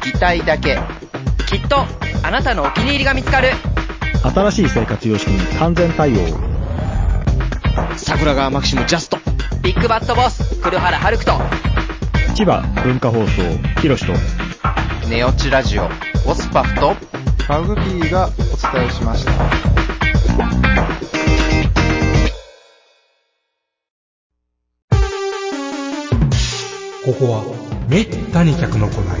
聞きたいだけ。きっとあなたのお気に入りが見つかる新しい生活様式に完全対応。桜川マキシムジャスト。ビッグバットボス黒原遥人千葉文化放送、ひろしと。ネオチラジオ。オスパフと。マグキーがお伝えしました。ここはめったに客の来ない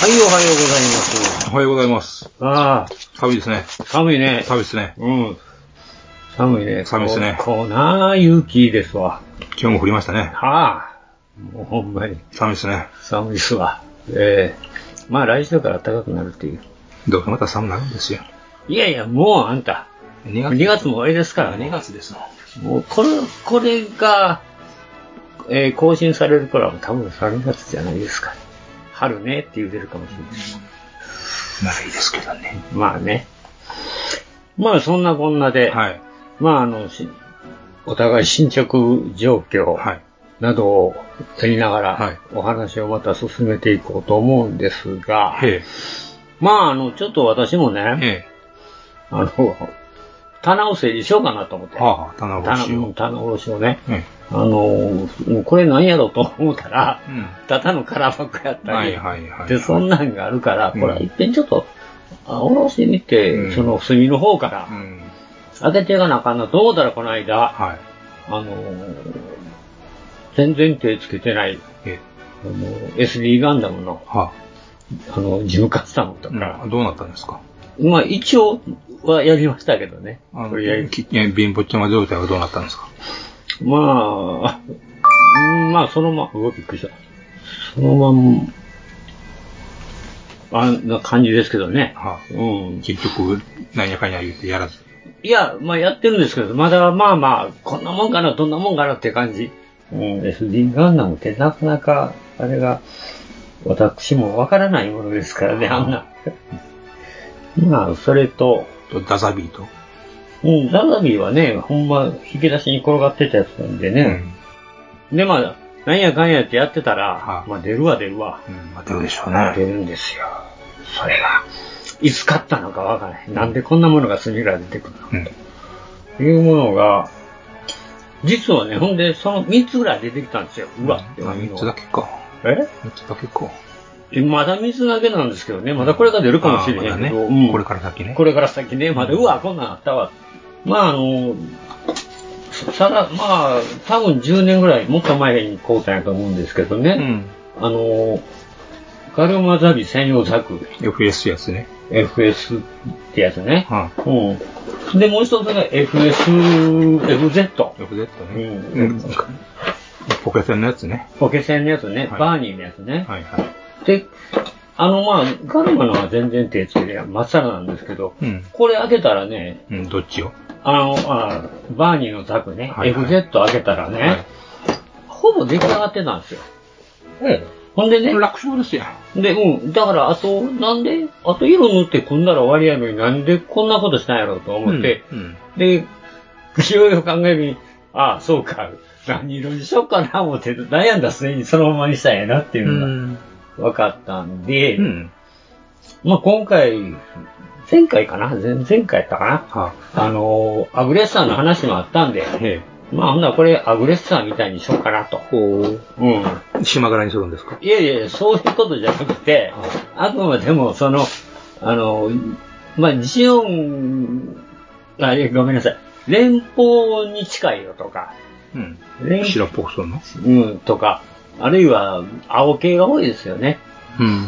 はい、おはようございます。おはようございます。ああ、寒いですね。寒いね。寒いですね。うん。寒いね。寒いっすねここなあ、雪ですわ。今日も降りましたね。はあ。もうほんまに寒いですね。寒いっすわ。ええまあ来週から暖かくなるっていう。どうせまた寒くなるんですよ。いやいや、もうあんた。 2 2月も終わりですから2ね。月ですもん。もうこれ、これが、えー更新される頃はもう多分3月じゃないですか。春ねって言うてるかもしれない。まあいいですけどね。まあね。まあそんなこんなで、はい。まああの、しお互い進捗状況はい。などをやりながら、はいお話をまた進めていこうと思うんですが、へまああの、ちょっと私もえ。ね、へあの、棚を整理しようかなと思って、え。はあ、棚棚卸しうんを。棚卸しをね、えあの、うんこれなんやろと思ったら、 え。うん。ただの空箱やったり、はいはいはい。で、そんなんがあるから、うんこれはいっぺんちょっと、あおろしにて、うんその炭の方かうら、ん。開けていかなあかんなと思ったら、この間、はい。あのー全然手つけてない、ええ。あのー SD ガンダムの、はあの、ジムカスタムとあ。うかん、どうなったんですかまあ一応はやりましたけどね。あとの、りあえずきえ貧乏ちゃま状態はどうなったんですかまあ、うんまあそのま、うわ、びっくりした。そのまん、あんな感じですけどね。はあ。うん。結局、何やかんや言ってやらず。いや、まあやってるんですけど、まだまあまあ、こんなもんかな、どんなもんかなって感じ。うん、SD ガンダムってなかなか、あれが、私もわからないものですからね、あんな。まあ、それと、とダザビーと。うん、ザザビーはね、ほんま、引き出しに転がってたやつなんでうね。。で、まあ、なんやかんやってやってたら、はいまあ出るわ出るわ。うん。まあ、どうでしょう出ね。るんですよ。それが、いつ買ったのかわからない。なんでこんなものが隅から出てくるのうん。いうものが、実はね、ほんで、その3つぐらい出てきたんですよ。うわってあいう三のつだけか。え三つだけか。えまだ3つだけなんですけどね、まだこれが出るかもしれへあーんまだけど、ねうんこれから先ね。これから先ね、まだ、うわ、こんなんあったわ。まあ、あの、さら、まあ、多分10年ぐらい、もっと前に買うたんやと思うんですけどうね、ん。あの、ガルマザビ専用作、 FS やつね。 FS ってやつね。はうん。で、もう一つがい。FZ ね。FSFZ。ううんん。ポケセンのやつね。ポケセンのやつね、はいバーニーのやつね。はいはい。で、あの、まあ、ガルマのは全然手つけてまっさらなんですけど、うん。これ開けたらね、うん、どっちをあの、あバーニーのザクね、はいはい FZ 開けたらね、はいほぼ出来上がってたんですよ。うん。ほんでね、楽勝ですやん。で、うん、だから、あと、なんで、あと色塗って組んだら終わりやのになんでこんなことしたんやろうと思って、うん。で、いろいろ考えるに、ああ、そうか、何色にしようかな思って悩んだ末にそのままにしたんやなっていううのが、ん。分かったんで、うん。まあ今回、前回かな前前回やったかなはあのー、アグレッサーの話もあったんで、あ。へまあ、ほんならこれ、アグレッサーみたいにしようかなと。こうん。う、島柄にするんですかいやいやいや、そういうことじゃなくて、あくまでも、その、あの、まあ、ジオン、あ、いやごめんなさい。連邦に近いよとか、うん。連白っぽくするのうん、とか、あるいは、青系が多いですよね。うん。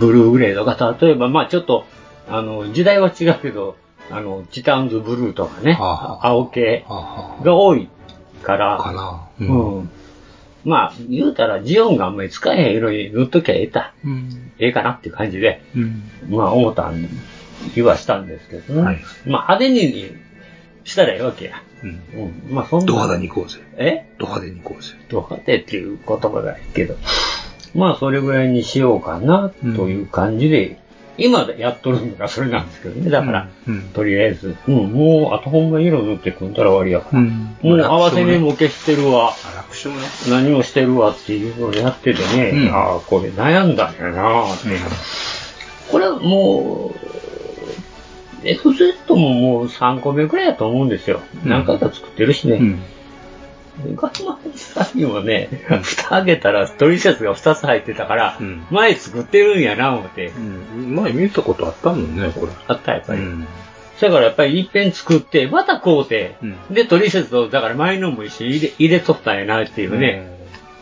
ブルーグレーとか、例えば、まあちょっと、あの、時代は違うけど、あの、チタンズブルーとかね、ああ青系はあはが多いから、あかな。ううん。まあ、言うたら、ジオンがあんまり使えへん色に塗っときゃええた、うん。ええかなっていう感じで、うん。まあ、思ったん気はしたんですけどね。はいまあ、派手にしたらいいわけや。うん。うん。まあ、そんな。ド派手に行こうぜ。えド派手に行こうぜ。ド派手っていう言葉がいいけど。まあ、それぐらいにしようかな、という感じで、今やっとるのがそれなんですけどね。だから、うんうんとりあえず、うん、もう、あとほんま色塗ってくんだら終わりやから。んもう合わせ目も消してるわ。楽勝ね。何もしてるわっていうのをやっててね、うんああ、これ悩んだんやなぁってこれはもう、FZ ももう3個目くらいだと思うんですよ。うん何回か作ってるしね。うん。うん。ガンマンさんにもね、蓋開けたらトリセツが2つ入ってたから、うん前作ってるんやな思ってう。ん。前見たことあったもんね、これ。あったやっぱり。うん。だからやっぱり一遍作って、また買うて、うんでトリセツをだから前のも一緒に入れ入れとったんやなっていうね。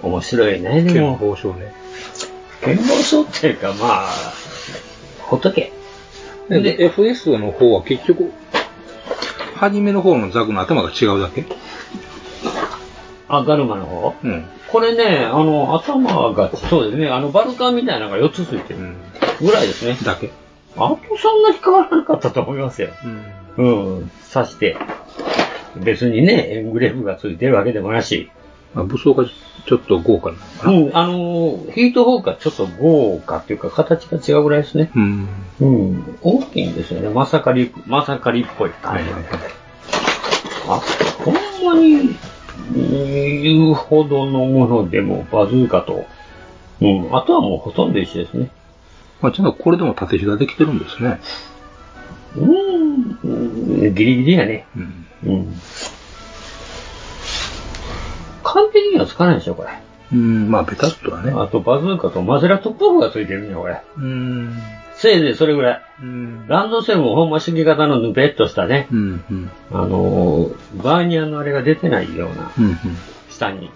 面白いね、うん。で剣のも。宝章ね。剣謀書っていうかまあ、ほっとけ。で、FS の方は結局、初めの方のザクの頭が違うだけあ、ガルマの方うん。これね、あの、頭が、そうですね、あの、バルカンみたいなのが4つついてうるん。ぐらいですね。だけ。あとそんなに変わらなかったと思いますよ。うん。うん、刺して。別にね、エングレーブがついてるわけでもなし。まあ、武装がちょっと豪華なのかな。うん、あの、ヒートホークはちょっと豪華っていうか、形が違うぐらいですね。うん。うん、大きいんですよね。まさかり、まさかりっぽい感じ。あ、ほんまにうん言うほどのものでもバズーカと、うん、あとはもうほとんど一緒ですね。まあ、ちゃんとこれでも縦ひだできてるんですね。うんうん、ギリギリやね。うん。うん。完璧にはつかないでしょ、これ。うん、まあ、ベタっとはね。あと、バズーカとマゼラトップオフがついてるんや、これ。うん。せいぜいそれぐらい。うん。ランドセルもほんま式型のぬべっとしたね、うん。うん。あのーバーニアのあれが出てないような、うん。下に、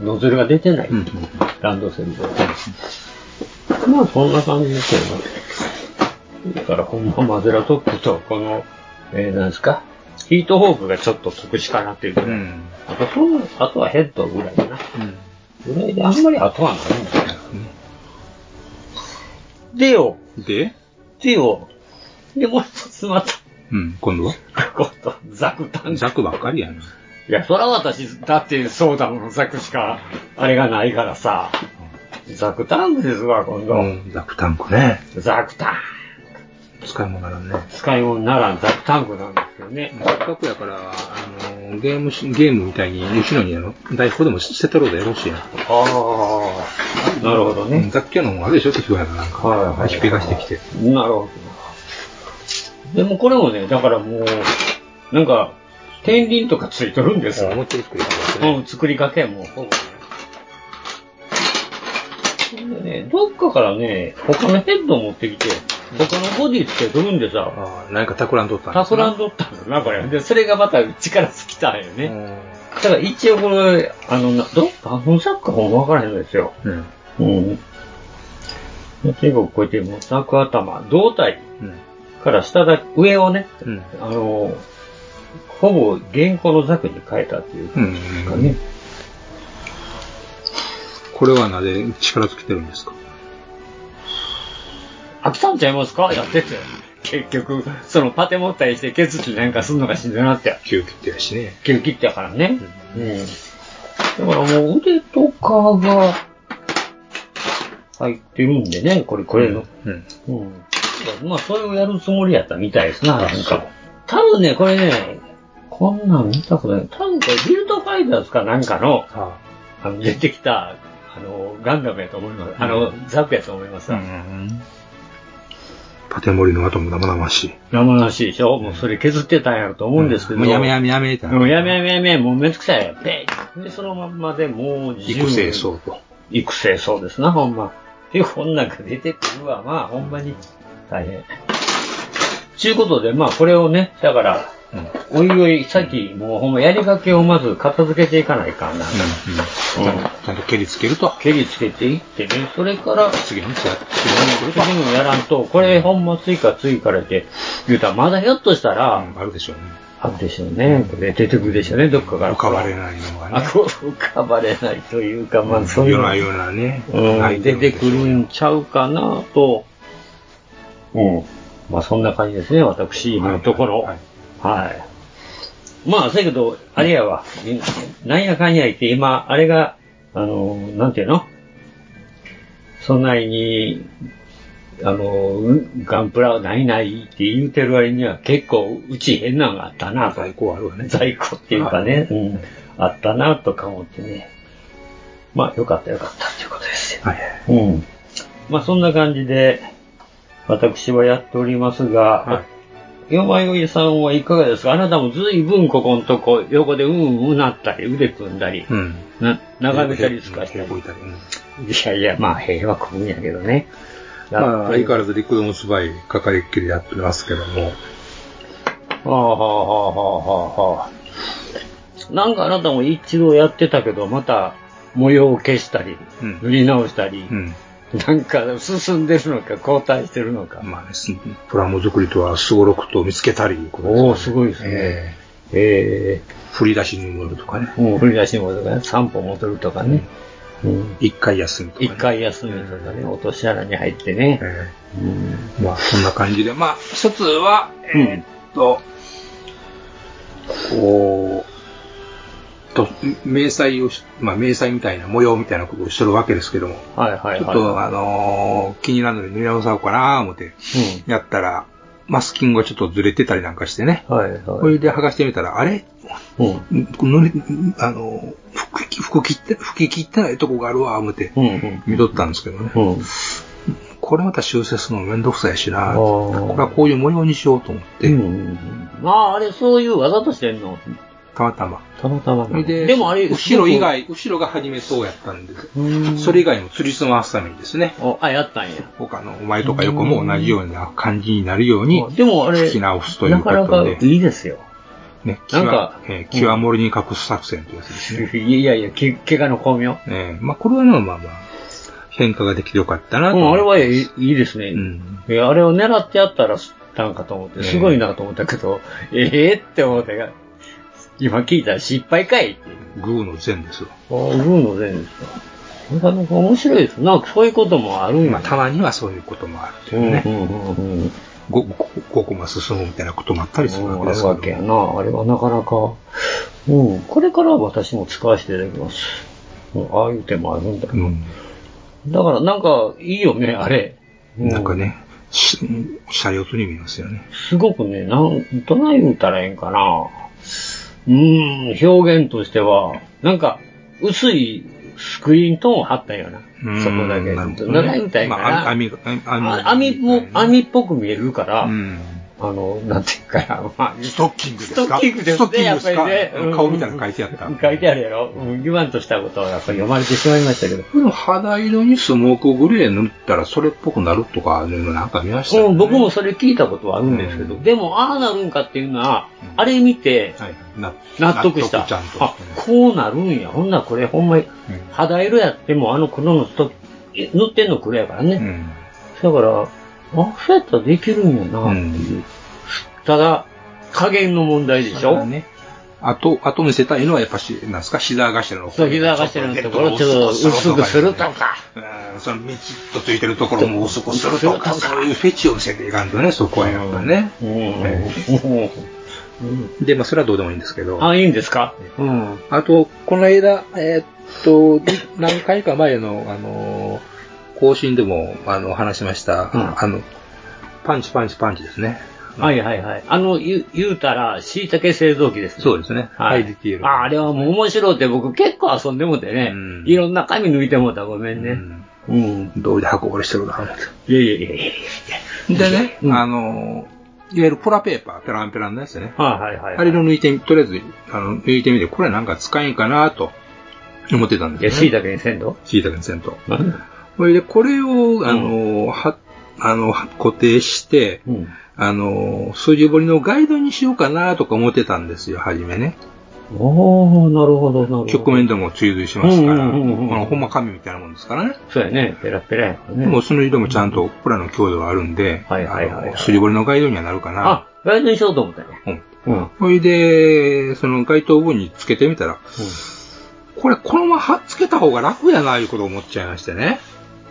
ノズルが出てない。うん。ランドセルで。まあそんな感じですよね。だからほんまマゼラトップとこの、えー、なんですか、ヒートホークがちょっと特殊かなっていうぐらい。うん。あとその、あとはヘッドぐらいかな。うん。ぐらいであんまりあとはないんですよ。でよ、で、でよ、でもう一つまた、うん、今度はこと、ザクタンザクばっかりやね。いや、そら私、だってそうだもの、ザクしか、あれがないからさ、ザクタンクですわ、今度。うん、ザクタンクね。ザクタン使い物ならんね。使い物ならんザクタンクなんですよね。せっかくやから、あのゲームし、ゲームみたいに、後ろにあの、台本でも捨てたろうでよろしいやん。ああ、なるほどうん、ね。ザクキャノンあるでしょ適当やからなんか。はいはいひっぺがしてきて。なるほど。でもこれもね、だからもう、なんか、天輪とかついとるんですよ。思いっきり作り方うね。ん、作りかけもうほぼね。ほんでね、どっかからね、他のヘッド持ってきて、他のボディつけとるんでさ、ああ、なんか企んどったんタフランどドったんだな、これ。で、それがまた力尽きたんようね。ん。だから一応これ、あの、などっか、本作かもわからへんのですよ。うん。うん。結構こうやって、もうザク頭、胴体うん。から下だ、上をね、うん。あの、ほぼ原稿のザクに変えたっていううかん。ね。これはなぜ力つけてるんですか飽きたんちゃいますかやってて。結局、そのパテ持ったりして削ってなんかすんのがしんどいなって。急切ってやしね。切り切ってやからね。うん。だからもう腕とかが入ってるんでね、これ、これの。うん。うん。まあ、それをやるつもりやったみたいですな、なんか。多分ね、これね、こんなん見たことない。多分これ、ビルドファイターズかなんかの、ああの出てきた、あの、ガンダムやと思います。あの、ザクやと思います。ん。建森の後も生々しい。生らしいでしょもうそれ削ってたんやろと思うんですけど。もうやめやめやめってなるもうやめやめやめ、もうめんどくさい。ペイで、そのまんまでもう育成う。層と。育成そうですな、ほんま。で、こんなんが出てくるわ。まあ、ほんまに大変。ちゅうことで、まあ、これをね、だから、おいおい、さっき、もうほんまやりがけをまず片付けていかないかんな。うん。うん。ちゃんと蹴りつけると。蹴りつけていってね、それから、次のつや、次のやらんと、これほんま追加追加れて、言うたら、まだひょっとしたら、うんあるでしょうね。あるでしょうね。これ出てくるでしょうね、どっかから。浮かばれないのがあ、ね。こう浮かばれないというか、まあ、そういうようのなようなね。うん、出てくるんんちゃうかなと、うん。まあ、そんな感じですね、私、今のところ。ははいい。まあ、せやけど、あれやわ。なんやかんや言って、今、あれが、あの、なんていうのそんなに、あの、うんガンプラないないって言うてる割には結構うち変なんがあったなと。在庫はあるわね。在庫っていうかね、うん、あったなとか思ってね。まあ、よかったよかったっていうことですよ。はい。うん。まあ、そんな感じで、私はやっておりますはが、よまよいさんはいかがですかあなたもずいぶんここのとこ、横でうんうんうなったり、腕組んだり、うん。な眺めたりすかし平たり。行いたり。うんいやいや、まあ、平和組んやけどね。まあ、相やっ変てわるらず陸のスバイかかりっきりやってますけども。はあはあはあはあはあ。なんかあなたも一度やってたけど、また模様を消したり、うん塗り直したり、うん。なんか進んでるのか、後退してるのか。まあね、すプラモ作りとはすごろくと見つけたりいうことですね、おお、すごいですね。えええ振り出しに戻るとかね。えもう振り出しに戻るとかね、3歩戻るとかね。うん一回休みとか、ね。一、回休みとかね、落とし穴に入ってね。えうん。えまあ、そんな感じで。まあ、一つは、うんえーっと、こう、と、迷彩をし、まあ、迷彩みたいな模様みたいなことをしてるわけですけども、はいはいはい。ちょっと、あのー気になるので塗り直そうかなー思って、うやったら、マスキングがちょっとずれてたりなんかしてね。ん。はいこはい。れで剥がしてみたら、あれうん。塗り、あの、服き、服切って、服切ってないとこがあるわ、思って、うんうん。見とったんですけどね。うん。これまた修正するのめんどくさいしな、あーこれはこういう模様にしようと思って、うん、まあ、あれ、そういう技としてんのたまたま。たまたまなそのれで、でもあれ、後ろ以外、後ろが初めそうやったんで、うんそれ以外も吊りつまわすためにですね、お、あ、やったんや。他のお前とか横も同じような感じになるように、でもあれ、引き直すというなこかなとかで、いいですよ。ね、な際んか、えー、うん際盛りに隠す作戦というやつですね。 いやいや、け怪我の巧妙。ええまあこれはね、まあまあ、変化ができてよかったなとう思ん、っあてれはいいいいですね。うん。いやあれを狙ってやったらすったんかと思って、ねすごいなと思ったけど、 ええって思ったが、今聞いたら失敗かいっていう。グーの善ですよ。ああ、運の善ですか。なかなか面白いです。なんかそういうこともあるんまやあ、。たまにはそういうこともあるとう、いうんうね。ん、うん、うん。ごごごこま進むみたいなこともあったりするわけあですけどるわけやな。あれはなかなか。うん。これからは私も使わせていただきます。うんああいう手もあるんだ。うん。だからなんか、いいよね、あれ。うなんか。ね、し車両とに見えますよね。すごくね、なん、どない言うたらええんかな。うーん、表現としては、なんか、薄いスクリーントーン貼ったような。そこだけ。うんなるほどどねない言うたらええんかな。まあ、網、網、あ網も、網っぽく見えるから、うん。あの、なんていうかな、まあ、ストッキングですかストッキングですストッキンね、グやでっすぱかりね。うん顔みたいなの書いてあった書いてあるやろ。うん、言わんとしたことはやっぱり読まれてしまいましたけど。この肌色にスモークグレー塗ったらそれっぽくなるとか、なんか見ましたよね。うん、僕もそれ聞いたことはあるんですけど、うんでも、ああなるんかっていうのは、うんあれ見て、はい、な納得した。納得ちゃんと。あ、こうなるんや。ほんならこれほんまに、肌色やっても、あの黒のストッキ塗ってんの黒やからね。うん。だから、あ、そうやったらできるんやな、っていう。ただ、加減の問題でしょ。ね。あと、あと見せたいのは、やっぱし、なんですか、膝頭の方。そう膝頭のところをちょっと薄くするとか。うん、そのミチッとついてるところも薄くするとか、そういうフェチを見せていかんとね、そこはやっぱね。うんえうん。で、まあ、それはどうでもいいんですけど。あ、いいんですかうん。あと、この間、えーっと、で何回か前の、あのー、更新でも、あの、話しました、うんあの、パンチパンチパンチですね。はいはいはい。あの、言う言うたら、椎茸製造機ですね。そうですね。はい。 IDTL。ああれはもう面白いって僕結構遊んでもてねうん。いろんな紙抜いてもうたらごめんうね。んうん。どういう箱売りしてるかな思って。いやいやいやいやいでね、うんあの、いわゆるポラペーパー、ペランペランのやつね。や。はいはいはい。あれの抜いてみ、とりあえず、あの、抜いてみて、これなんか使えんかなと思ってたんいや、です椎よ、ね。茸にせんとシイタケの線と。それで、これを、あの、は、あの、固定して、うん。あの、数字彫りのガイドにしようかなとか思ってたんですよ、はじめね。おー、なるほど、なるほど。局面でも追随しますから、うんうんうんうんあのほんま紙みたいなもんですからね。そうやね。ペラペラやからね。もうその色もちゃんとプラの強度があるんで、はいはいはいはいあの筋彫りのガイドにはなるかな。あ、ガイドにしようと思ったね。うん。うん。それで、その街頭部につけてみたら、これこのままはっつけた方が楽やな、いうことを思っちゃいましてね。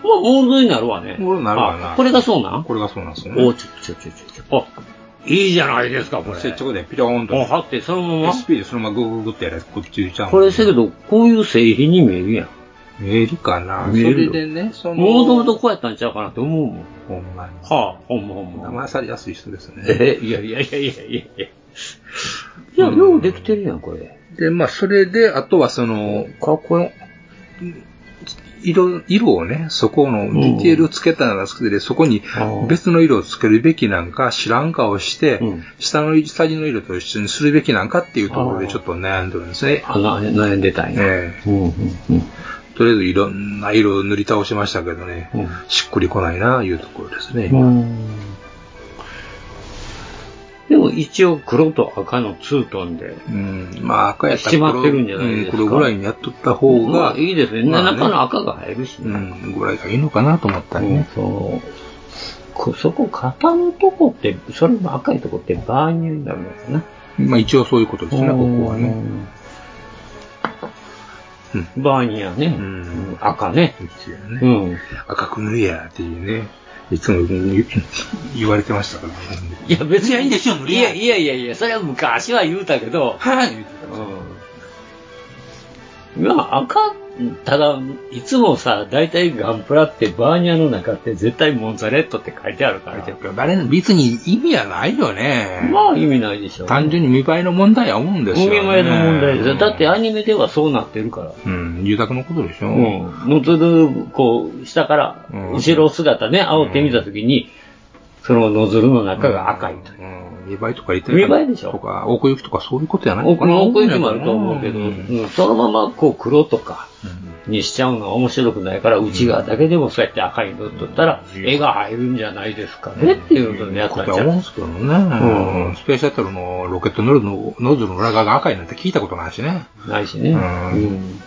まあ、モールドになるわね。モールドになるわなあこれがそうなんこれがそうなんですよね。おちょちょちょちょちょ。あ、いいじゃないですか、これ。接着でピローンあ、と。貼って、そのまま。 SP でそのままグーグーグーってやるやつ、こっち行っちゃうもこんねれせけど、こういう製品に見えるやん。見えるかな見えるよそれでね、その、もともとこうやったんちゃうかなって思うもん。ほんまに。はあ、ほんまほんま。騙されやすい人ですね。え、いやいやいやいやいやいや。いや、ようできてるやん、これ。で、まあ、それで、あとはその、ここの、色、色をね、そこのディテールをつけたならつけて、そこにああ別の色をつけるべきなんか、知らん顔して、うん下の下地の色と一緒にするべきなんかっていうところでちょっと悩んでるんですね。あ、な悩んでたんや。えうん、うん、えとりあえずいろんな色を塗り倒しましたけどね、うんしっくりこないな、いうところですね。うん。うん。でも一応黒と赤のツートンで。うん、まあ赤やったら決まってるんじゃないですうん、か黒ぐらいにやっとった方まが、あいいですね。まあ中の赤が入るしうね。ん、ぐらいがいいのかなと思ったりね。そう。こそこ、型のとこって、それも赤いとこってバーニューになるのかな。まあ一応そういうことですね、ここはね。うん。バーニューね。んうん赤ね。一応ねうん。赤く塗れやっていうね、いつも言言われてましたからね。いや、別にいいでしょ塗りい合やいいやいやいや、それは昔は言うたけど。はい。うん。まあ、赤、ただ、いつもさ、大体ガンプラってバーニャの中って絶対モンザレットって書いてあるから。バレない別に意味はないよね。まあ意味ないでしょ。単純に見栄えの問題や思うんですよ、ね。海前の問題ですよ。だってあアニメではそうなってるから。うん、住宅のことでしょ。うん。もうずる、こう、下からうん、後ろ姿ね、煽ってみたときに、そのノズルの中が赤いという。うん、見栄えとか言ってるから見栄えでしょとか、奥行きとかそういうことじゃないの奥かな。の奥行きもあると思うけど、んうんそのままこう黒とかにしちゃうのは面白くないから、内側だけでもそうやって赤いの塗っとったら、絵が入るんじゃないですかねっていうのでやったんことはちゃ思うんうですけどね。スペースシャトルのロケットノズルのノズルの裏側が赤いなんて聞いたことないしね。ないしね。うんうん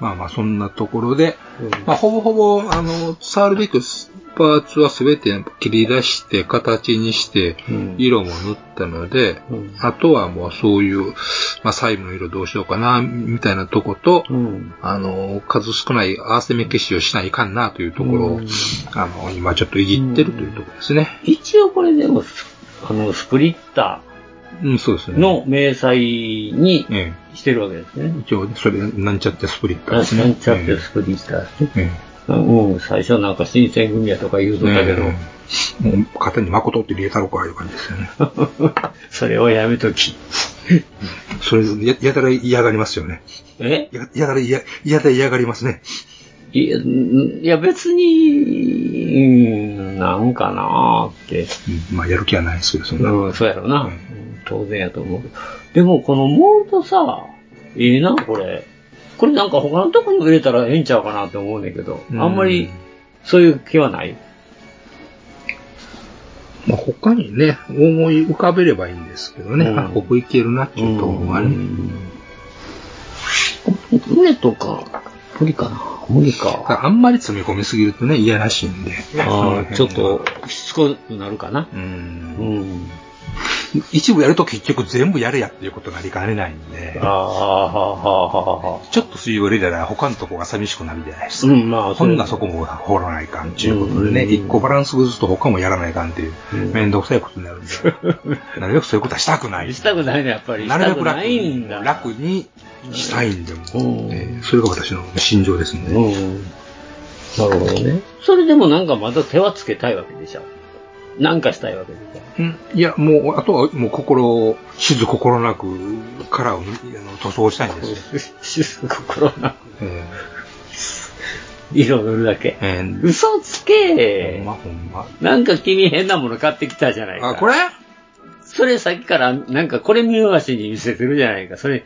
まあまあそんなところで、まあほぼほぼ、あの、触るべきパーツはすべて切り出して、形にして、うん色も塗ったので、うんあとはもうそういう、まあ細部の色どうしようかな、みたいなとこと、うん。あの、数少ない合わせ目消しをしないかんなというところを、うんあの、今ちょっといじってるというところですね。一応これでも、スあの、スプリッタうん、そうですーね。の明細にええしてるわけですね。一応、それ、なんちゃってスプリッターですね。なんちゃってスプリッターですね。ええうん、最初なんか新選組やとか言うとったけど、ええもう、肩に誠って入れたろか、いう感じですよね。 それをやめとき。それ、や、やたら嫌がりますよね。えや、やたら嫌、やたら嫌がりますね。いや、んいや別に、うん、なんかなーって。うん、まあ、やる気はないですけど、そんな。うん、そうやろな。ううんん当然やと思うけど。でもこのモールドさ、いいな、これ。これなんか他のとこにも入れたらええんちゃうかなって思うねんだけど、うんあんまりそういう気はない。まあ、他にね、思い浮かべればいいんですけどね。うんあ、ここいけるなっていうところがね。船とか、無理かな。無理たか。だあんまり詰め込みすぎるとね、嫌らしいんで。あーちょっと、しつこくなるかなう。。うんん。一部やると結局全部やれやっていうことがありかねないんであー、はあ、はあ、はあ、はあ。ちょっと水曜入れたら他のとこが寂しくなるじゃないですか。うん、まあ、そんなれそこも掘らないかんちゅうことでね、うん一個バランス崩すと他もやらないかんっていうう、んめんどくさいことになるんで、 なるべくそういうことはしたくない。したくないね、やっぱり。なるべくしたないんだ。楽にしたいんでもうん、えーそれが私の心情ですうね。ん。なるほどね。それでもなんかまた手はつけたいわけでしょ。なんかしたいわけでしうんいや、もう、あとはもう心を、静心なく、カ ラーをあの塗装したいんですよ。ょ。静か心な。え色塗るだけ。えー、嘘つほんけまほんま。なんか君変なもの買ってきたじゃないか。あ、これそれさっきから、なんかこれ見よがしに見せてるじゃないか。それ、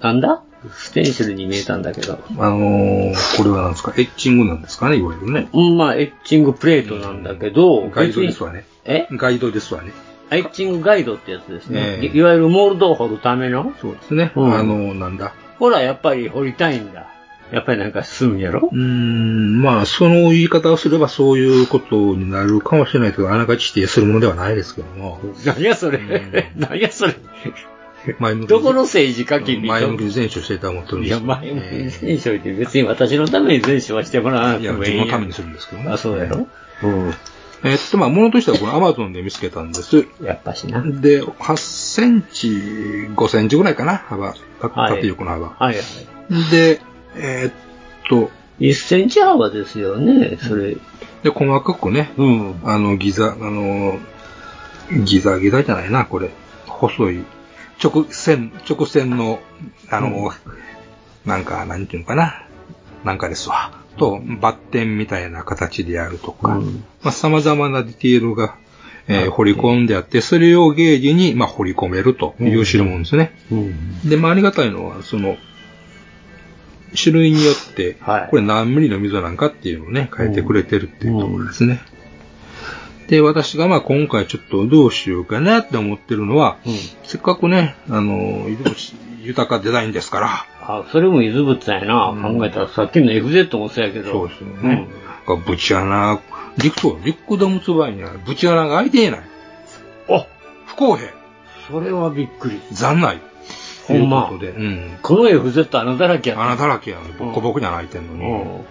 なんだステンシルに見えたんだけど。あのー、これはなんですかエッチングなんですかねいわゆるね。うん、まあ、エッチングプレートなんだけど、ガイドですわね。ね。えガイドですわね。エッチングガイドってやつですね。ええいいわゆるモールドを掘るための。そうですね。うんあのー、なんだ。ほら、やっぱり掘りたいんだ。やっぱりなんか進むんやろうーん、まあ、その言い方をすればそういうことになるかもしれないけど、あながち否定するものではないですけども。何やそれ 何やそれ前向きにどこの政治家君前向きに前処してた思ってるんでいすや、けど前向きに選手を言って、別に私のために選手はしてもらわないや、く自てもいい分やんのためにするんですけどねあ、。そうやろえっと、まあ、物としてはこの Amazon で見つけたんです。やっぱしな。で、8センチ、5センチぐらいかな、幅。たはい縦横の幅。はいはで、えーっと、い。1センチ幅ですよね、それ。で、細かくね、うん。あの、ギザ、あの、ギザギザじゃないな、これ。細い、直線、直線の、あの、なんか、なんていうのかな。なんかですわ。と、バッテンみたいな形であるとか、うんまあ、様々なディテールが、えー彫り込んであって、それをゲージに、まあ、彫り込めるという代物ですね。うん。で、まあ、ありがたいのは、その、種類によって、はいこれ何ミリの溝なんかっていうのをね、変えてくれてるっていうところですね。で、私がまあ今回ちょっとどうしようかなって思ってるのは、うんせっかくね、あの、移動し豊かデザインですから、あ、それも伊豆仏やな。うん考えたらさっきの FZ もそうやけど。そうですよね。なんかぶち穴、リクト、リクドムツバイにはぶち穴が開いていない。うん。あ、不公平、それはびっくり。残ない。ほんまということで、うん。この FZ 穴だらけやった。穴だらけやの、ボッコボコに穴開いてんのうに。ん。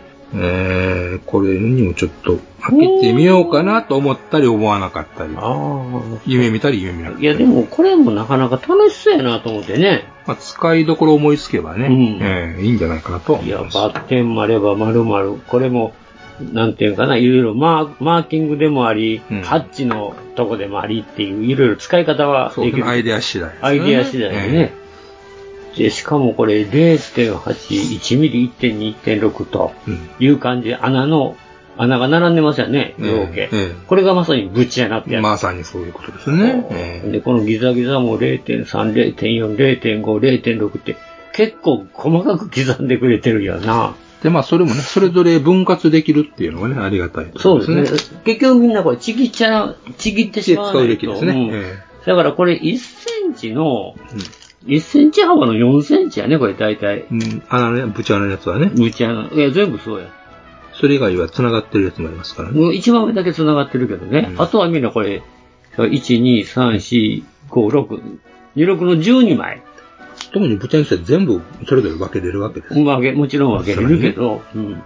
えー、これにもちょっと開けてみようかなと思ったり思わなかったり、あ夢見たり夢見なかったあ。いり。や、でもこれもなかなか楽しそうやなと思ってね。まあ、使いどころ思いつけばね、うんえーいいんじゃないかなと思いいや、ます。バッテンもあれば丸々、これも、なんていうかな、いろいろマーマーキングでもあり、うんハッチのとこでもありっていう、いろいろ使い方はそうできる。アイデア次第ですね、アイデア次第でね。で、しかもこれ0.8、1ミリ、1.2、1.6とえー。うんいう感じで穴の、穴が並んでますよね、ええ両家ええ。これがまさにブチやなってやつ。まさにそういうことですね。えーで、このギザギザも0.3、0.4、0.5、0.6って結構細かく刻んでくれてるよな。で、まあ、それもね、それぞれ分割できるっていうのがね、ありがたいとこそろうですね。結局みんなこれちぎっちゃう、ちぎってしまわないと。使うべきですねうんええだからこれ1センチの、うん1センチ幅の4センチやね、これ大体。うん、穴のね、ぶち穴のやつはね、むちゃな。いや、全部そうや。それ以外は繋がってるやつもありますからね。もう一番上だけ繋がってるけどね。うんあとはみんなこれ、1、2、3、4、5、6、26の12枚。特にぶち穴のやつは全部、それぞれ分けれるわけです。分け、もちろん分けれるけど。うん。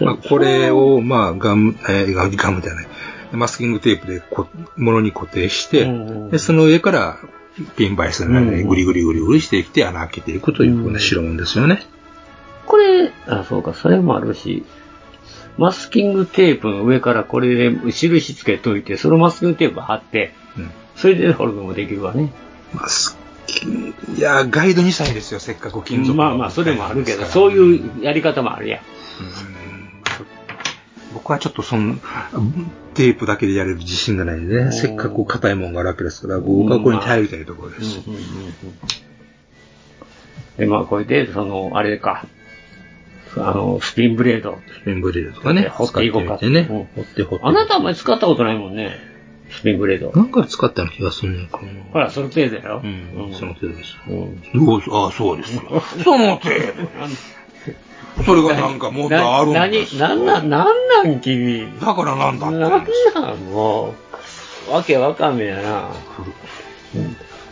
まあ、これを、まあ、ガム、えーガムガムじゃない。マスキングテープでこ、ものに固定して、うんで、その上から、ピンバイスなりで、うんぐりぐりぐりぐりしてきて、穴開けていくというふうな代物ですよね。これ、あ、そうか、それもあるし、マスキングテープの上からこれで印つけといて、そのマスキングテープ貼って、うんそれで掘るのもできるわね。マスキング、いやー、ガイド2歳ですよ、せっかく金属の。まあまあ、それもあるでけど、すからそういうやり方もあるやん。僕はちょっとその、テープだけでやれる自信がないんでね、せっかく硬いもんがあるわけですから、僕はこれに頼りたいところです。うんうんうんうんで、まあ、これで、その、あれか、あの、スピンブレード。ペンブレードとかね、掘っていこう使かってみてね、うん掘って掘って。あなたはお前使ったことないもんね、スピンブレード。何回使ったような気がするねんかな。ほら、その程度やろ。うん、その程度です。うんどうああ、そうですよ。その程度。それがなんかもっとあるんですな、な、なんなん、なんなん、君。だからなんだなっんて。なん、もう。わけわかめやな。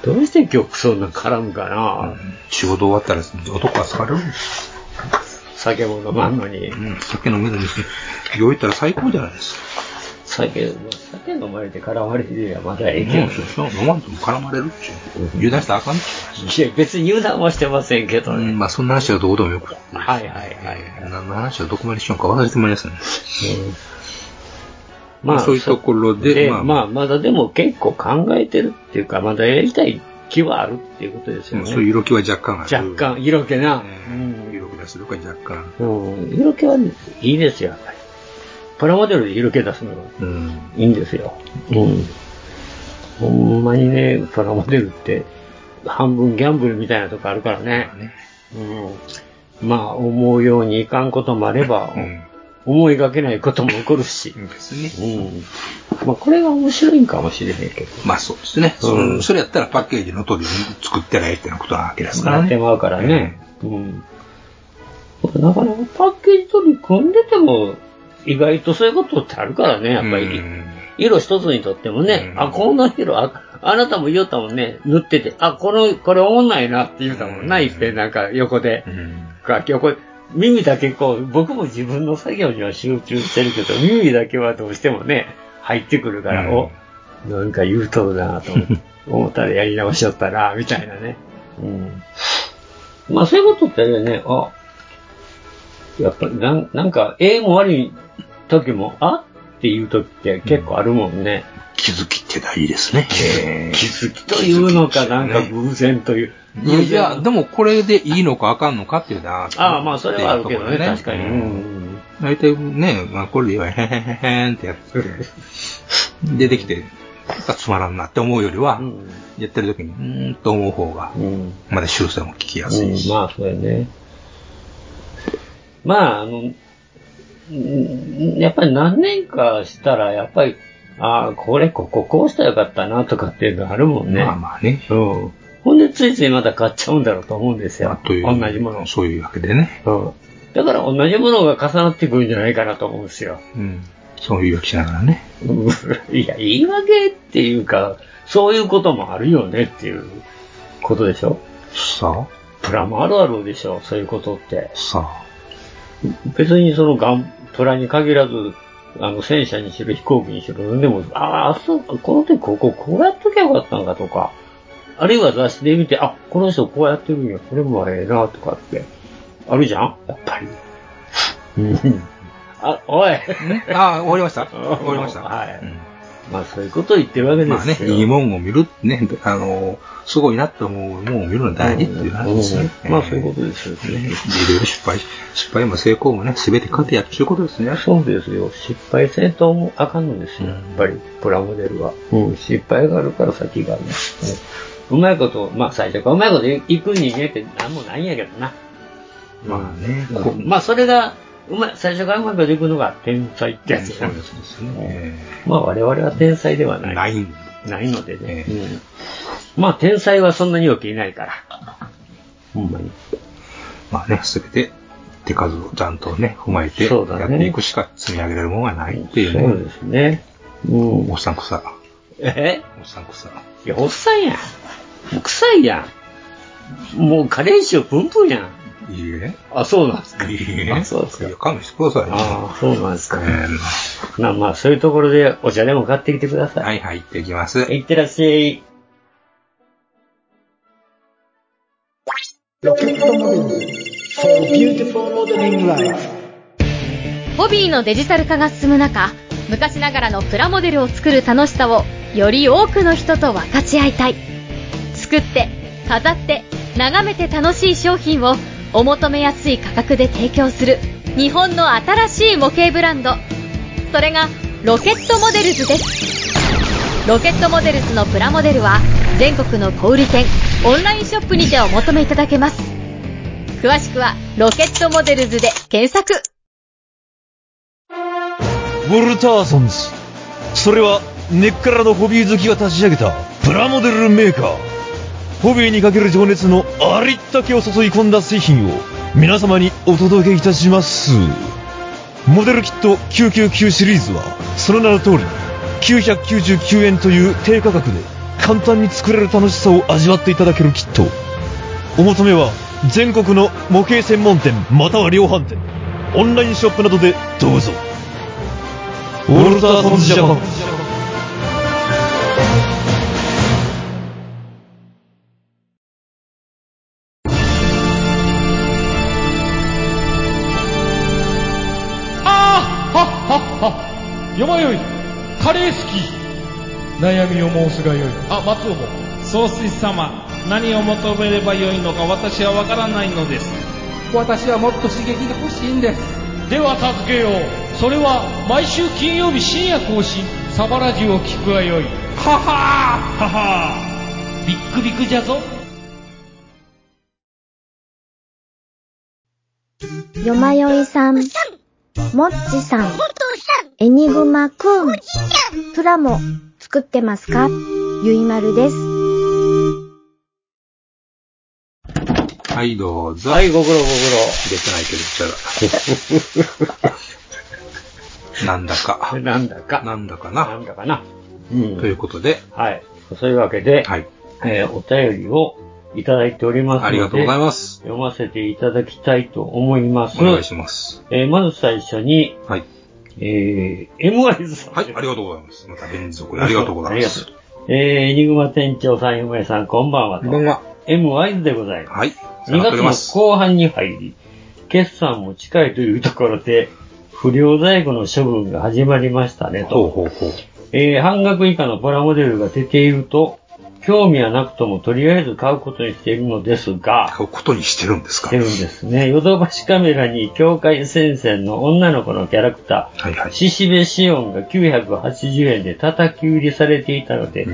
どうして今日そんな絡むかな。仕事終わったら男は疲れるんです。酒も飲まんのに。うん、酒飲めずに、酔いたら最高じゃないですか。酒、まあ酒飲まれて絡まれてりゃまだええうん、けど。そうそう飲まんとも絡まれるっちゅう。油断したらあかんっちゅいや、別に油断はしてませんけどう。うね。ん、まあそんな話はどうでもよくて。はいはいはい。何の話はどこまでしようか忘れてもらいますね。まあ、そういうところででまあまあ、まだでも結構考えてるっていうか、まだやりたい気はあるっていうことですようんね。そういう色気は若干ある。若干、色気な。うん。色気でがするから若干。うん、色気はいいですよ、やっぱり。プラモデルで色気出すのはうん。いいんですよ。うん。ほんまにね、プラモデルって、半分ギャンブルみたいなとこあるからね。ねうん。まあ、思うようにいかんこともあれば、思いがけないことも起こるし。うん。別に。うん。まあ、これが面白いんかもしれへんけど。まあそうですね。そうんのそれやったらパッケージの通りに作ってないってなことなわけですかならってね。まうからね。うん。なかなかパッケージ取り組んでても、意外とそういうことってあるからね、やっぱり。うん色一つにとってもね、うんあ、この色、あ、あなたも言ったもんね、塗ってて、あ、この、これおもんないなって言うたもんな、うんいっぺんなんか横でう。んか横耳だけこう、僕も自分の作業には集中してるけど、耳だけはどうしてもね、入ってくるから、うんお、なんか言うとるなと思思ったらやり直しちゃったな、みたいなね。うん。まあそういうことってね、あ、やっぱりなんなんか、ええも悪い時も、あっていう時って結構あるもんね。気づきって大事ですね。気づきというのか、なんか偶然という。いやいや、でもこれでいいのかあかんのかっていうな。ああ、まあそれはあるけどね、っていうと確こかろに。でうねん。大体ね、まあ、これで今、へへへへんってやって、出てきて、つまらんなって思うよりは、うんやってる時に、うーんと思う方が、うんまだ修正も聞きやすいし。うん、まあ、そうやね。まあ、あの、うんやっぱり何年かしたら、やっぱり、ああ、これ、ここ、こうしたらよかったな、とかっていうのがあるもんね。まあまあね。うん。ほんで、ついついまた買っちゃうんだろうと思うんですまよあ。という同じものそういうわけでね。を。うん。だから、同じものが重なってくるんじゃないかなと思うんですよ。うん。そういうわけしながらね。うん いや、言い訳っていうか、そういうこともあるよねっていうことでしょ。さプラもあるあるでしょ、そういうことってあ、。さ別にそのガンプラに限らず、あの戦車にしろ飛行機にしろ、でも、ああ、そうか、この時こここうやっときゃよかったんかとか、あるいは雑誌で見て、あ、この人こうやってるんや、これもええな、とかって、あるじゃんやっぱり。うんあ、おい。 あ。ね、ああ、終わりました。終わりました。はいうんまあそういうことを言ってるわけでまあねす、よ。いいもんを見るってね、あの、すごいなって思うもんを見るのは大事っていう話ですね。うんまあそういうことですよねね。いろいろ失敗、失敗も成功もね、すべて糧やっていうことですね。そうですよ。失敗せんともあかんのですよ。うんやっぱり、プラモデルは。うん、失敗があるから先がある、ね。うまいこと、まあ最初からうまいこといく人間ってなんもないんやけどな。まあね、うんこまあそれが、うまい、最初からうまいこといくのが天才ってやつそやうですね。まあ我々は天才ではない。ないんないのでね。ええうんまあ天才はそんなによくいないから。ほんまに。まあね、すべて手数をちゃんとね、踏まえてやそうだねっていくしか積み上げられるものがないっていそううでね。すね。うんおっさん草。えおっさん草。いや、おっさんやん。もう臭いやん。もうカレー臭プンプンやん。いい え。あ、そうなんですいいえ。あ、そうですかいや、。勘弁してくださいよ。ああ、そうなんですか。えーまあまあ、そういうところでお茶でも買ってきてください。はい、入っていきます。いってらっしゃい。ホビーのデジタル化が進む中昔ながらのプラモデルを作る楽しさをより多くの人と分かち合いたい作って飾って眺めて楽しい商品をお求めやすい価格で提供する日本の新しい模型ブランドそれがロケットモデルズですロケットモデルズのプラモデルは全国の小売店オンラインショップにてお求めいただけます詳しくは「ロケットモデルズ」で検索ウォルターソンズそれは根っからのホビー好きが立ち上げたプラモデルメーカーホビーにかける情熱のありったけを注い込んだ製品を皆様にお届けいたしますモデルキット999シリーズはその名の通り999円という低価格で簡単に作れる楽しさを味わっていただけるキットお求めは全国の模型専門店または量販店オンラインショップなどでどうぞウォルターソンズジャパンああはっはっはよまよいカレー好き悩みを申すがよいあ松尾も総帥様何を求めればよいのか私はわからないのです私はもっと刺激が欲しいんですでは助けようそれは毎週金曜日深夜更新サバラジを聞くがよいははーははービックビックじゃぞよまよいさん、もっちさん、エニグマくん、プラも作ってますかゆいまるです。はい、どうぞ。はい、ご苦労ご苦出てないけど、じゃら。 なんだか。なんだか。なんだかな。なんだかな。ということで。はい。そういうわけで、えーお便りをいただいておりますので、ありがとうございます。読ませていただきたいと思います。お願いします。えーまず最初に、はい。えー、MY さん。はい、ありがとうございます。また連続でありがとうございまあすり。がとう。えー、エニグマ店長さん、ゆめさん、こんばんはと。こんばんは。M ワイズでございます。はい。 2月の後半に入り、決算も近いというところで、不良在庫の処分が始まりましたねと。えー半額以下のプラモデルが出ていると、興味はなくともとりあえず買うことにしているのですが、買うことにしてるんですかしてるんですね。ヨドバシカメラに境界戦線の女の子のキャラクター、シシベシオンが980円で叩き売りされていたので、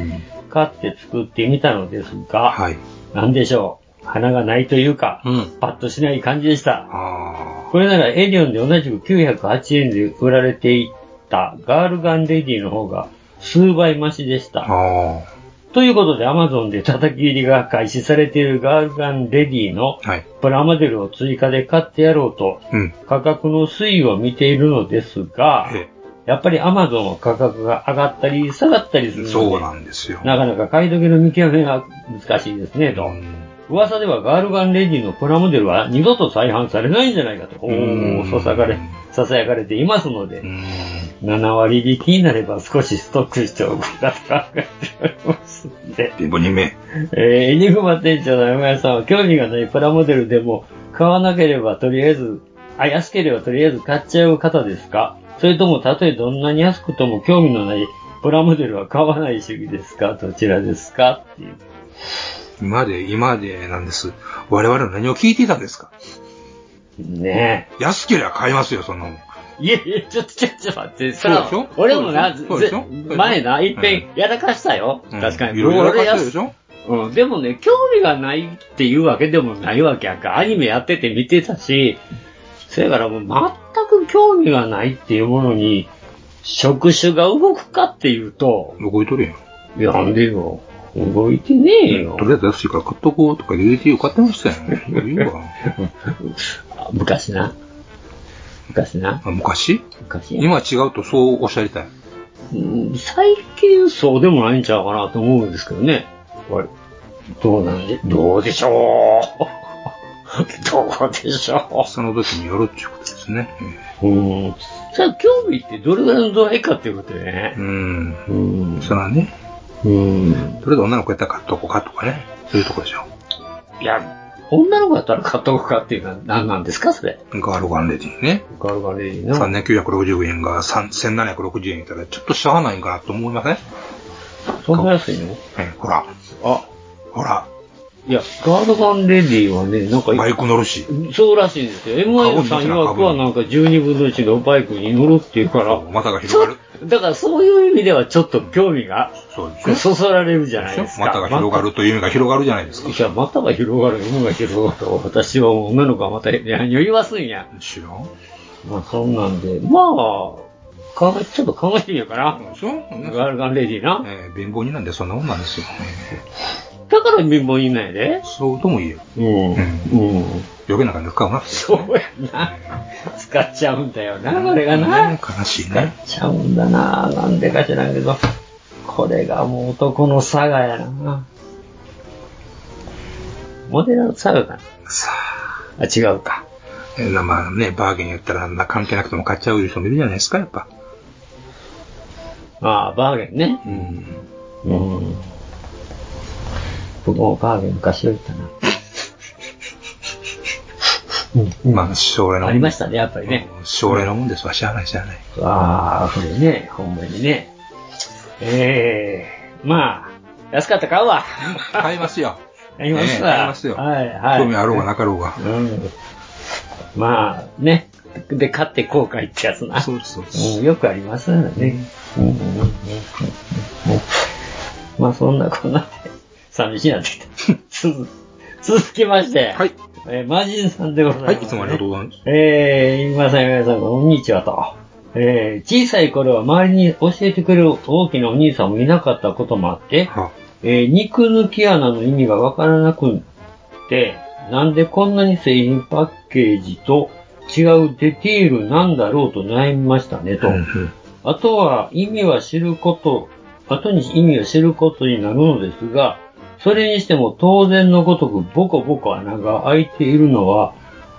買って作ってみたのですが、なんでしょう。花がないというか、パッとしない感じでした。これならエディオンで同じく908円で売られていたガールガンレディの方が数倍増しでした。ということで Amazon で叩き入りが開始されているガールガンレディのプラモデルを追加で買ってやろうとうん。価格の推移を見ているのですが、やっぱり Amazon は価格が上がったり下がったりするので、そうなんですよ。なかなか買い時の見極めが難しいですね、と。噂ではガールガンレディのプラモデルは二度と再販されないんじゃないかと、おんーささかれ、ささやかれていますので、7割引きになれば少しストックしておくかと考えておりますんで。 5人目。えー、エニグマ店長の山屋さんは興味がないプラモデルでも買わなければとりあえず、あ、安ければとりあえず買っちゃう方ですかそれともたとえどんなに安くとも興味のないプラモデルは買わない主義ですかどちらですかっていう。今で、今でなんです。我々は何を聞いていたんですかねえ。安ければ買いますよ、そんなもん。いやいや、ちょっと、ちょっと待って、そうでしょさあ俺もな、そうでしょぜそうでしょ前な、一遍やらかしたよ。確かに。いろいろやらかしたでしょうん、でもね、興味がないっていうわけでもないわけやんか。アニメやってて見てたし、そやからもう全く興味がないっていうものに、触手が動くかっていうと。動いとるやん。いや、なんでよ。動いてねえよ。とりあえず安いから買っとこうとか言うてよ、買ってましたよ、ね。いいわ。昔な。昔な。昔昔今違うとそうおっしゃりたい。うん最近そうでもないんちゃうかなと思うんですけどね。これどうなんで、どうでしょう どうでしょうその時によるっていうことですね。うん。さあ、興味ってどれぐらいの度合いかっていうことね。うん。うん。そらね。うん。とりあえず女の子やったら買っとこうかとかね。そういうとこでしょ。いや、女の子だったら買っとくかっていうのは何なんですか、それ。ガールガンレディね。ガールガンレディな。 3960円が3 1760円いたら、ちょっとしゃあないんかなと思いませんそんな安いのえほら。あ、ほら。いや、ガードガンレディはね、なんか。バイク乗るし。そうらしいんですよ。MI さん曰くはなんか12分の1のバイクに乗るっていうから。股が広がる。だからそういう意味ではちょっと興味がそそられるじゃないですか。股が広がるという意味が広がるじゃないですか。いや、股が広がる、夢が広がる。私は女の子はまた、いや、余裕はすんや。知らん。まあ、そんなんで、まあ、考え、ちょっと考えてみようかな。ガールガンレディな。えー貧乏人なんでそんなもんなんですよ。だから貧乏人なんやで。そうとも言える。うん。うん。余計な金使うな。そうやな。使っちゃうんだよな、これがな。悲しいね。ちゃうんだな、なんでか知らんけど。これがもう男の差がやな。モデラの差がかな。あ、違うか。えーまあね、バーゲンやったら、な関係なくても買っちゃう人もいるじゃないですか、やっぱ。ああ、バーゲンね。うん。うん。僕もバーゲン昔よりたな。まあ、将来の。ありましたね、やっぱりね。将来のもんですわ、知らない、知らない。ああ、これね、ほんまにね。ええまあ、安かったら買うわ。買いますよ。買いますわ。ええ買いますよはい、はい。興味あろうがなかろうが。まあね、で、勝って後悔ってやつな。そうそうよくありますよね。うんうんうんまあそんなこんなで、寂しいなってきた。続続きまして。はい。えーマジンさんでございます、はい、いつもありがとうございます。えー、今さん、皆さん、こんにちはと。えー、小さい頃は周りに教えてくれる大きなお兄さんもいなかったこともあって、えー肉抜き穴の意味がわからなくって、なんでこんなに製品パッケージと違うデティールなんだろうと悩みましたねと。あとは意味は知ること、後に意味を知ることになるのですが、それにしても当然のごとくボコボコ穴が開いているのは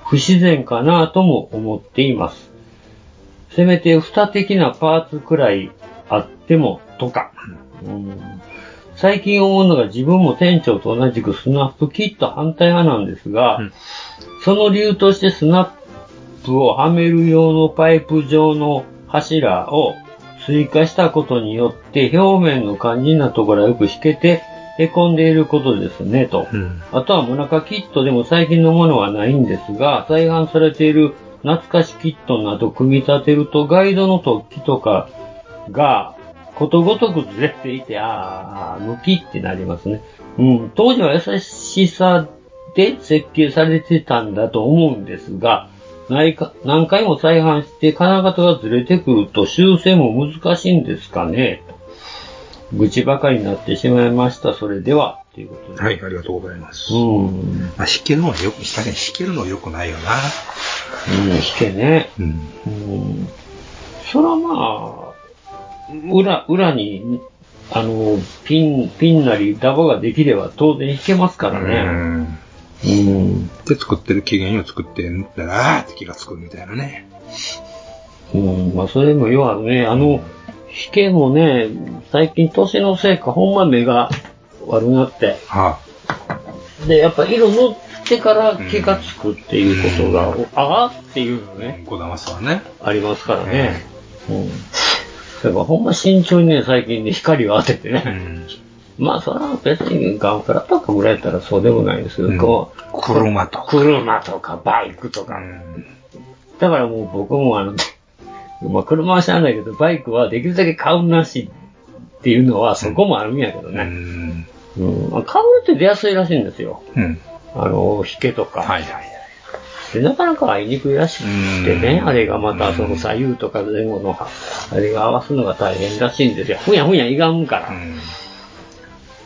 不自然かなとも思っています。せめて蓋的なパーツくらいあってもとか。うん最近思うのが自分も店長と同じくスナップキット反対派なんですが、その理由としてスナップをはめる用のパイプ状の柱を追加したことによって表面の肝心なところがよく引けて凹んでいることですねと。あとはモナカキットでも最近のものはないんですが、再販されている懐かしキットなど組み立てるとガイドの突起とかがことごとくずれていて、ああ、向きってなりますね。うん、当時は優しさで設計されてたんだと思うんですが、何か何回も再販して金型がずれてくると修正も難しいんですかね。愚痴ばかりになってしまいました。それでは。ということはい、ありがとうございます。うん。まあ、弾けるのはよく、確かに弾けるのはよくないよな。うん、弾けね。うん。うんそれはまあ、裏、裏に、あの、ピン、ピンなりダボができれば当然弾けますからね。うん。で、作ってる期限を作って塗ったら、あーって気がつくみたいなね。うん、まあそれも要はね、あの、弾けもね、最近年のせいかほんま目が悪なって。で、やっぱ色塗ってから気がつくっていうことが、ああっていうのね。小玉さんね。ありますからね。うん。だからほんま慎重にね、最近ね、光を当ててね。まあ、それは別にガンプラとかぐらいやったらそうでもないですけど、こう。車とか。車とか、バイクとか。だからもう僕もあの、 まあ車は知らないけど、バイクはできるだけ買うなしっていうのはそこもあるんやけどね。うんまあ買うって出やすいらしいんですよ。うん。あの、引けとか。でなかなか会いにくいらしくてね、あれがまたその左右とか前後の、あれが合わすのが大変らしいんですよ。ふやふやいがむから。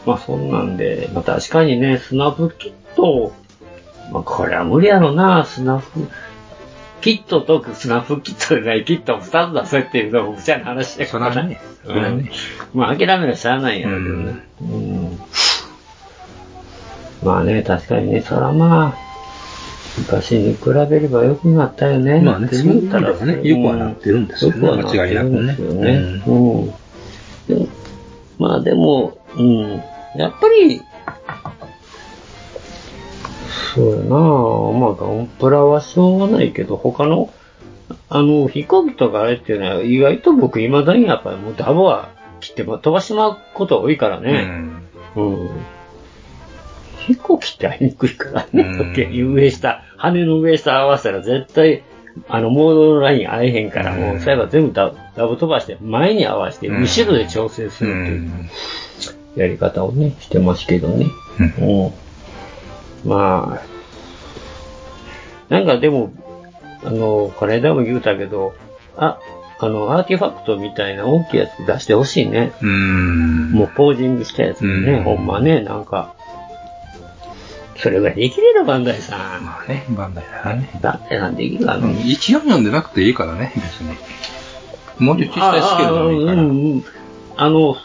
まあそんなんで、まあ確かにね、スナップキット、まあこれは無理やろな、スナップ。キットとスナップキットでないキット2つ出せっていうのも無茶な話やからね。そらうんまあ諦めはしゃあないんやろうけどね。うんまあね、確かにね、そらまあ、昔に比べれば良くなったよね。まあねって言ったらそういう意味ではね良くはなってるんですよね良くはなってるんですよね。間違いなくうんでもまあでも、うん、やっぱり、そうやなあまあガンプラはしょうがないけど、他の、あの、飛行機とかあれっていうのは、意外と僕未だにやっぱりもうダボは切ってば飛ばしてまうことが多いからね。うん。飛行機ってあいにくいからね。時計上下、羽の上下合わせたら絶対、あの、モードのライン合えへんから、もう、そういえば全部ダブダブ飛ばして、前に合わせて、うん後ろで調整するっていうやり方をね、してますけどね。うんまあ、なんかでも、あの、これでも言うたけど、あ、あの、アーティファクトみたいな大きいやつ出してほしいね。もうポージングしたやつね、ほんまね、なんか。それぐらいできれるバンダイさん。まあね、バンダイだね。バンダイなんできるかうな。ん144でなくていいからね、別に。もうちょい小さいスケールでもいいから。ああうんうんあの、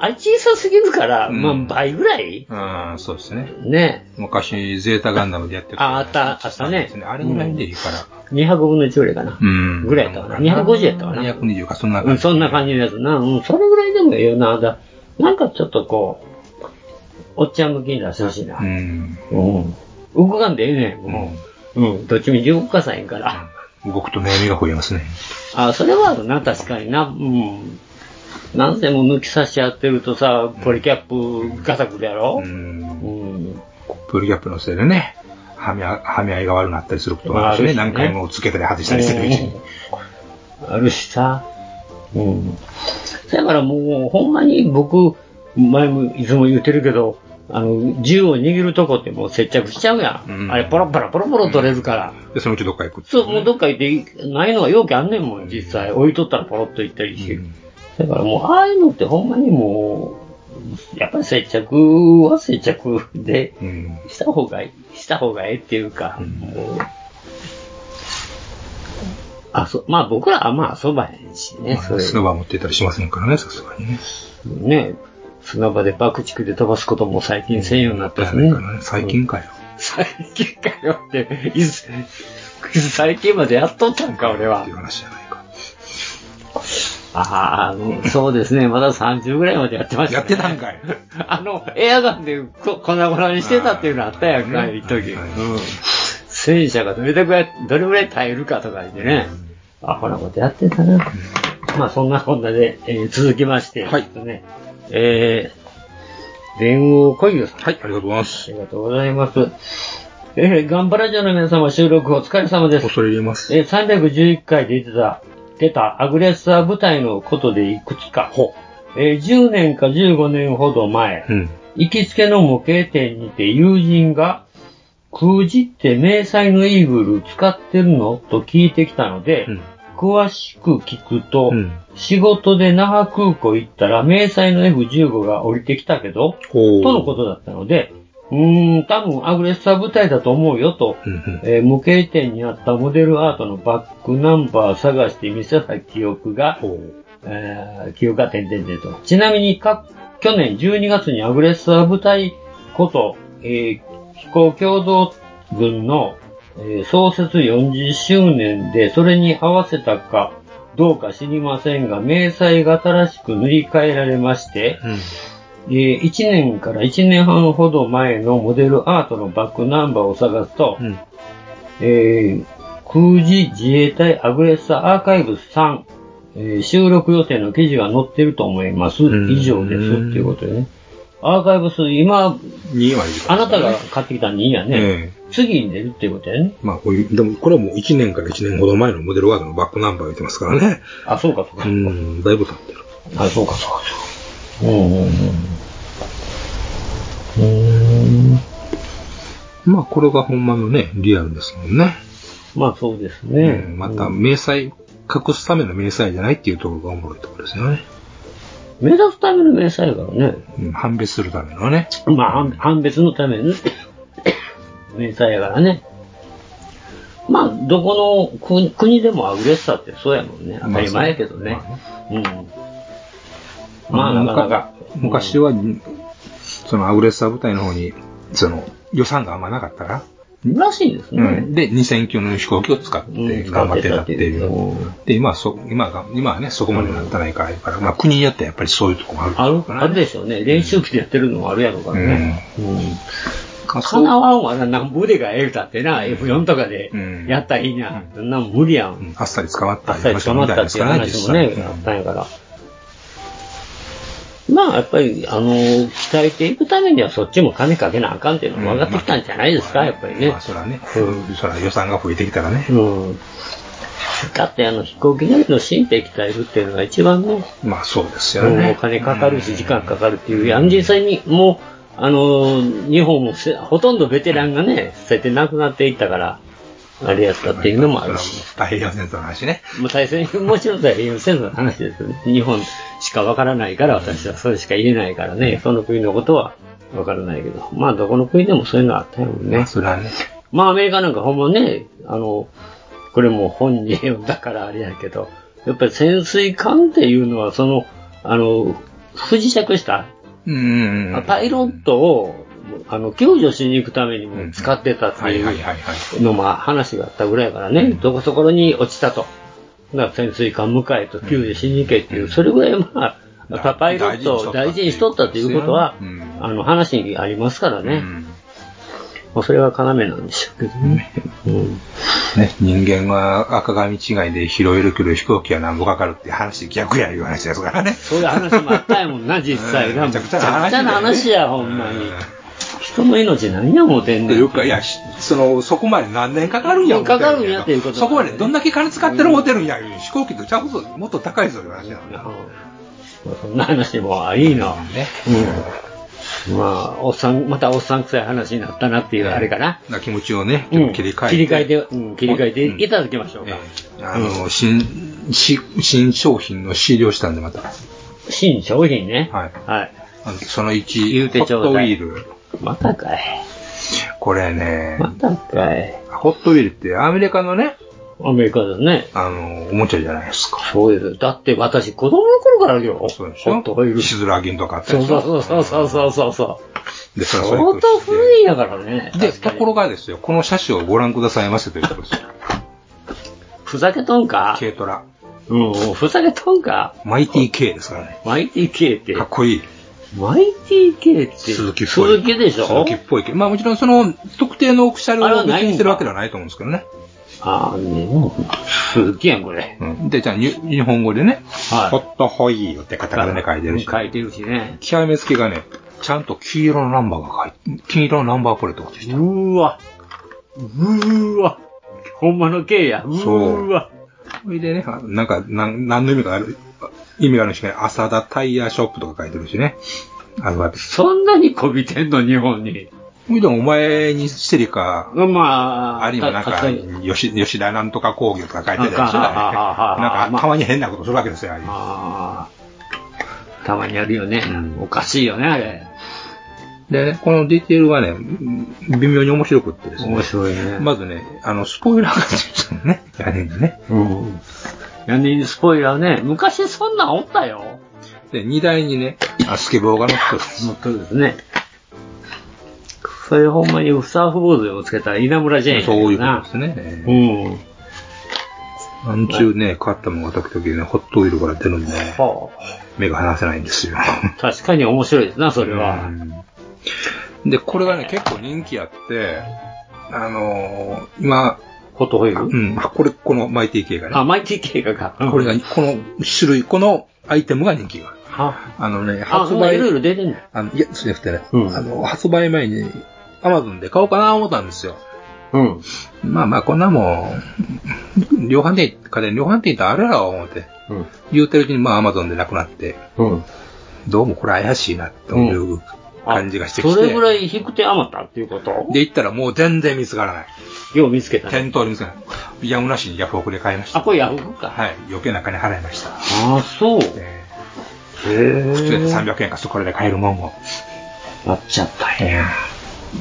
あれ小さすぎるから、まあ倍ぐらいうん、そうですね。ね。昔、ゼータガンダムでやってあ、あった、あったね。あれぐらいでいいから。 200分の1ぐらいかな。うん。ぐらいやったかな。250やったかな。 220か、そんなうん、そんな感じのやつな。うん、それぐらいでもええよな。だなんかちょっとこう、おっちゃん向きに出してほしいな。うん。動かんでええねん、もう。うん、どっちみち動かさへんから。動くと悩みが増えますね。あ、それはあるな、確かにな。うん。なんせも抜き差し合ってるとさ、ポリキャップガサくるやろうん。プールギャップのせいでね、はみ合はみ合いが悪くなったりすることもあるしね、まあある何しね回もつけたり外したりするうちに。あるしさ。うん。だからもう、ほんまに僕、前もいつも言ってるけど、あの、銃を握るとこってもう接着しちゃうやん。あれ、ポロポロポロポロ取れるから。で、そのうちどっか行く。そう、もうどっか行って、ないのが容器あんねんもん、実際。置いとったらポロっと行ったりして。だからもう、ああいうのってほんまにもう、やっぱり接着は接着で、した方がいい、した方がええっていうか、もう、あ、そ、まあ僕らはまあそばやしね、まあそれ。砂場持ってたりしませんからね、さすがにね。ね、砂場で爆竹で飛ばすことも最近せんようになったしね。最近かよ。最近かよって、いつ、最近までやっとったんか、俺は。ああ、あのそうですね、まだ30ぐらいまでやってました、ね。やってたん かい。あの、エアガンでこ粉々にしてたっていうのあったやんか、一時。うん戦車がどれだけや、どれぐらい耐えるかとか言ってね。あ、ほなことやってたな。まあ、そんなこんなで、えー続きまして、はい。ね、えー、電王小遊さん。はい、ありがとうございます。ありがとうございます。えー、ガンバラジオの皆様収録お疲れ様です。恐れ入れます。えー、311回で出てた、出たアグレッサー部隊のことでいくつか。ほえー、10年か15年ほど前、行きつけの模型店にて友人が、空じって迷彩のイーグル使ってるのと聞いてきたので、詳しく聞くと、仕事で那覇空港行ったら迷彩の F15 が降りてきたけど、とのことだったので、うーん、多分アグレッサー部隊だと思うよと、えー模型店にあったモデルアートのバックナンバー探して見せた記憶が、えー記憶が点々でと。ちなみにか、去年12月にアグレッサー部隊こと、えー飛行共同軍の、えー創設40周年で、それに合わせたかどうか知りませんが、明細が新しく塗り替えられまして、え1年から1年半ほど前のモデルアートのバックナンバーを探すと、えー空自自衛隊アグレッサーアーカイブス3、えー収録予定の記事が載ってると思います。以上です。っていうことでね。アーカイブス、今、あなたが買ってきた2やね。次に出るっていうことやね。まあ、こういう、でも、これはもう1年から1年ほど前のモデルワードのバックナンバー言ってますからね。あ、そうか、そうか。うん、だいぶ経ってる。あ、そうか、そうか、そうか。うん、うん、うん。まあ、これがほんまのね、リアルですもんね。まあ、そうですね。また、明細、隠すための明細じゃないっていうところがおもろいところですよね。目立つための明細やからね。うん、判別するためのね。まあ、判判別のため の明細やからね。まあ、どこの国国でもアグレッサーってそうやもんね。当たり前やけどね。うん。まあ、なかなか。昔は、そのアグレッサー部隊の方に、その、予算があんまなかったから。らしいですねうん。で、2000級の飛行機を使って頑張ってたっていう。で、今はそ、今が、今はね、そこまでなってないから、だからまあ国によってやっぱりそういうとこもあるあるあるでしょうね。練習機でやってるのもあるやろうからね。うん。かなわんわな、なんぼ腕がええ歌ってな、F4 とかでやったらいいな。そんなん無理やん。あっさり捕まったあっさり捕まったっていう話もね、あったんやから。まあ、やっぱり、あの、鍛えていくためにはそっちも金かけなあかんっていうのも分かってきたんじゃないですか、やっぱりね。そらね、そら予算が増えてきたらね。うん。だって、あの、飛行機乗りの心肺鍛えるっていうのが一番ね、まあそうですよもうおね。金かかるし、時間かかるっていう、いや実際にもう、あのー、日本もせほとんどベテランがね、そうやって亡くなっていったから、あれやったっていうのもあるし。太平洋戦争の話ね。もう大戦、もちろん太平洋戦争の話ですよね。日本しかわからないから、私はそれしか言えないからね、その国のことはわからないけど、まあどこの国でもそういうのあったよね。それはね。まあアメリカなんかほんまね、あの、これも本に読んだからあれやけど、やっぱり潜水艦っていうのはその、あの、不時着したうん。あパイロットを、あの、救助しに行くためにも使ってたっていうの、まあ話があったぐらいやからね、どこそこに落ちたと。だから潜水艦迎えと救助しに行けっていう、それぐらいまあ、パパイロットを大事にしとったということは、あの話にありますからね。もうそれは要なんでしょうけどね。ね、人間が赤髪違いで拾えるけど飛行機は何ぼかかるって話逆やいう話ですからね。 そういう話もあったやもんな、実際が。うんめちゃくちゃな話めちゃくちゃな話や、ほんまに。人の命何や思うてんねん。というか、いや、しその、そこまで何年かかるんや、かかるんやっていうことそこまでどんだけ金使ってる思ってるんや、飛行機とちゃうぞ、もっと高いぞ、いう話やな。そんな話もいいな。ね。うん。まあ、おっさん、またおっさん臭い話になったなっていう、あれかな。な気持ちをね、ちょっと切り替えて。切り替えて、うん、切り替えていただきましょうか。あの、新、し新商品の試料したんで、また。新商品ね。はい。はい。あのその1、言うてホちょッうだいトウィール。またかい。これね、またかい。ホットウィールってアメリカのね、アメリカですね。あの、おもちゃじゃないですか。そうです。だって私、子供の頃からあるよ。そうでしょホットホイールシズラーギンとかあったそでうしょそうそうそうそうそうそう。でそれそれ相当古いやからね。で、ところがですよ、この車種をご覧くださいませということですよ。ふざけとんか軽トラ。うん、ふざけとんかマイティ K ですからね。マイティ K って。かっこいい。マイティ K って。鈴木っぽい。鈴木でしょ鈴木っぽいけど。まあもちろんその特定のオフィシャルあれはをないんだ別にしてるわけではないと思うんですけどね。ああ、ね、もう、すげえやん、これ。うんで、じゃあに日本語でね、はいホットホイールってカタカナで書いてるし、書いてるしね。極めつけがね、ちゃんと黄色のナンバーが書いて、黄色のナンバープレートがついてるうーわ。うーわ。ほんまの K や。うーわ。それでね、あなんか、なん、何の意味がある、意味があるんですけど、浅田タイヤショップとか書いてるしね。あの、そんなにこびてんの、日本に。ほいでもお前にセリカ、まあ、あるいはなんたか確に、吉、吉田なんとか工業とか書いてたりしてたね。ああああああなんか、たまに変なことするわけですよ、ああいうああ。たまにやるよね。おかしいよね、あれ。でね、このディテールがね、うん微妙に面白くってですね。面白いね。まずね、あの、スポイラーがついてるのね、屋根にね。うん。屋根にスポイラーね、昔そんなんおったよ。で、荷台にね、あスケボーが乗ってる。乗ってるですね。それほんまにウサーフ坊主をつけた稲村ジェーンやけそどな。ういうことですね。うなん。んちゅうね、買ったものが時々ね、ホットオイルから出るんでね、は目が離せないんですよ。あ、確かに面白いですな、それは。で、これがね、結構人気あって、あのー今、ホットホイーうルん、これ、このマイティ系があ、ね、マイティ系がか。これが、この種類、このアイテムが人気がある。はあのね、あ、発そんなんい売ろい、ろ出てんのあのいや、そうじゃなくてね、うんあの、発売前に、アマゾンで買おうかな思ったんですよ。うん。まあまあ、こんなもん、量販店、家電量販店行ったらあるやろ、思って。うん。言うてるうちに、まあ、アマゾンでなくなって、うん。どうもこれ怪しいな、という感じがしてきて。それぐらい低くて余ったっていうことで、行ったらもう全然見つからない。よう見つけたね。店頭で見つからない。やむなしにヤフオクで買いました。あ、これヤフーか。はい。余計な金払いました。あ、そう。えへー普通にえ。 300円かそこらで買えるもんを。なっちゃったんえや。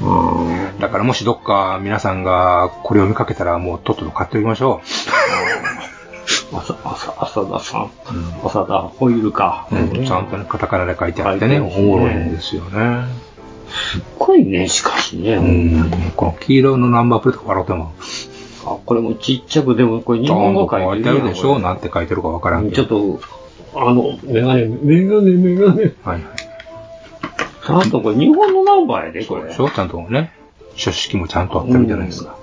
うん。ーだからもしどっか皆さんがこれを見かけたらもうとっとと買っておきましょ朝、朝、朝田さん。朝田ホイールか。う。うん、ちゃんとね、カタカナで書いてあってね、おもろいんですよね。すっごいね、しかしね。うん、この黄色のナンバープレートからても、あ、これもちっちゃく、でもこれ日ちゃ本ん語と書書いいててるあよるでしょこなんて書いてるかわからんれけちょど。っと、あの、メガネ、メガネ、メガネ。はいはい。ちゃんとこれ日本のナンバーやで、これ。そうちゃんとね、書式もちゃんとあってるじゃないですか。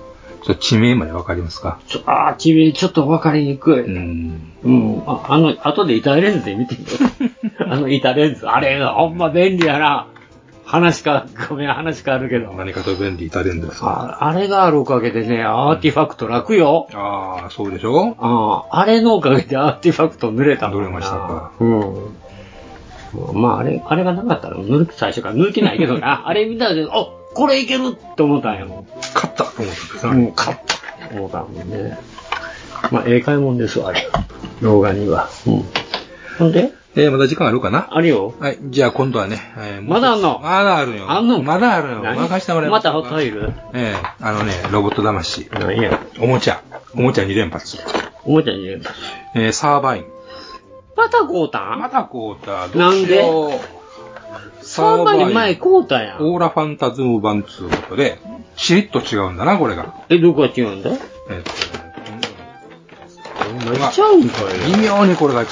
それ地名までわかりますかちょあー、ちび、ちょっと分かりにくい。うん。うん。ああの、後で板レンズで見てみ よう。あの板レンズ。あれ、ほんま便利やな。話か、ごめん、話変わるけど。何かと便利いたれんですかああれがあるおかげでね、アーティファクト楽よ。ああ、そうでしょあああれのおかげでアーティファクト濡れたもんどなれましたか。うん。まあ、あれ、あれがなかったら、ぬる最初から抜けないけど な。あれ見たら、あ、これいけるって思ったんやもん。勝ったと思ったんですもう勝ったって思ったもんね。まあ、ええ買い物ですわ、あれ。動画には。うん。ほんでえー、まだ時間あるかなあれよ。はい、じゃあ今度はね、えーもうまだあんのまだあるよ。あんのまだあるよ。何任せてもらえまますたホットオイルええあのね、ロボット魂。何や。おもちゃ。おもちゃ2連発。おもちゃに入れるえー、サーバイン。またこうたんまだこうた、どなうんしでようそんなに前こうたやん。オーラファンタズム版ということで、しりっと違うんだな、これが。え、どこが違うんだえっとめっちゃうんかい。微妙にこれが違う。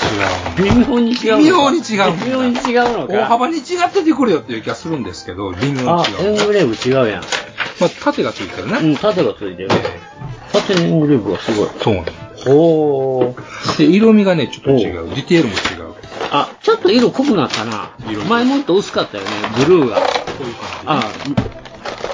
微妙に違うのか。微妙に違うんだ微妙に違うのか。大幅に違っててくれよっていう気がするんですけど、微妙にあ、違エう。ングレーブ違うやん。まあ、縦がついてるね。うん、縦がついてる。縦にエングレーブがすごい。そうなんでほー。すで、色味がね、ちょっと違う。ディテールも違う。あ、ちょっと色濃くなったな色。前もっと薄かったよね、ブルーが。こういう感あ、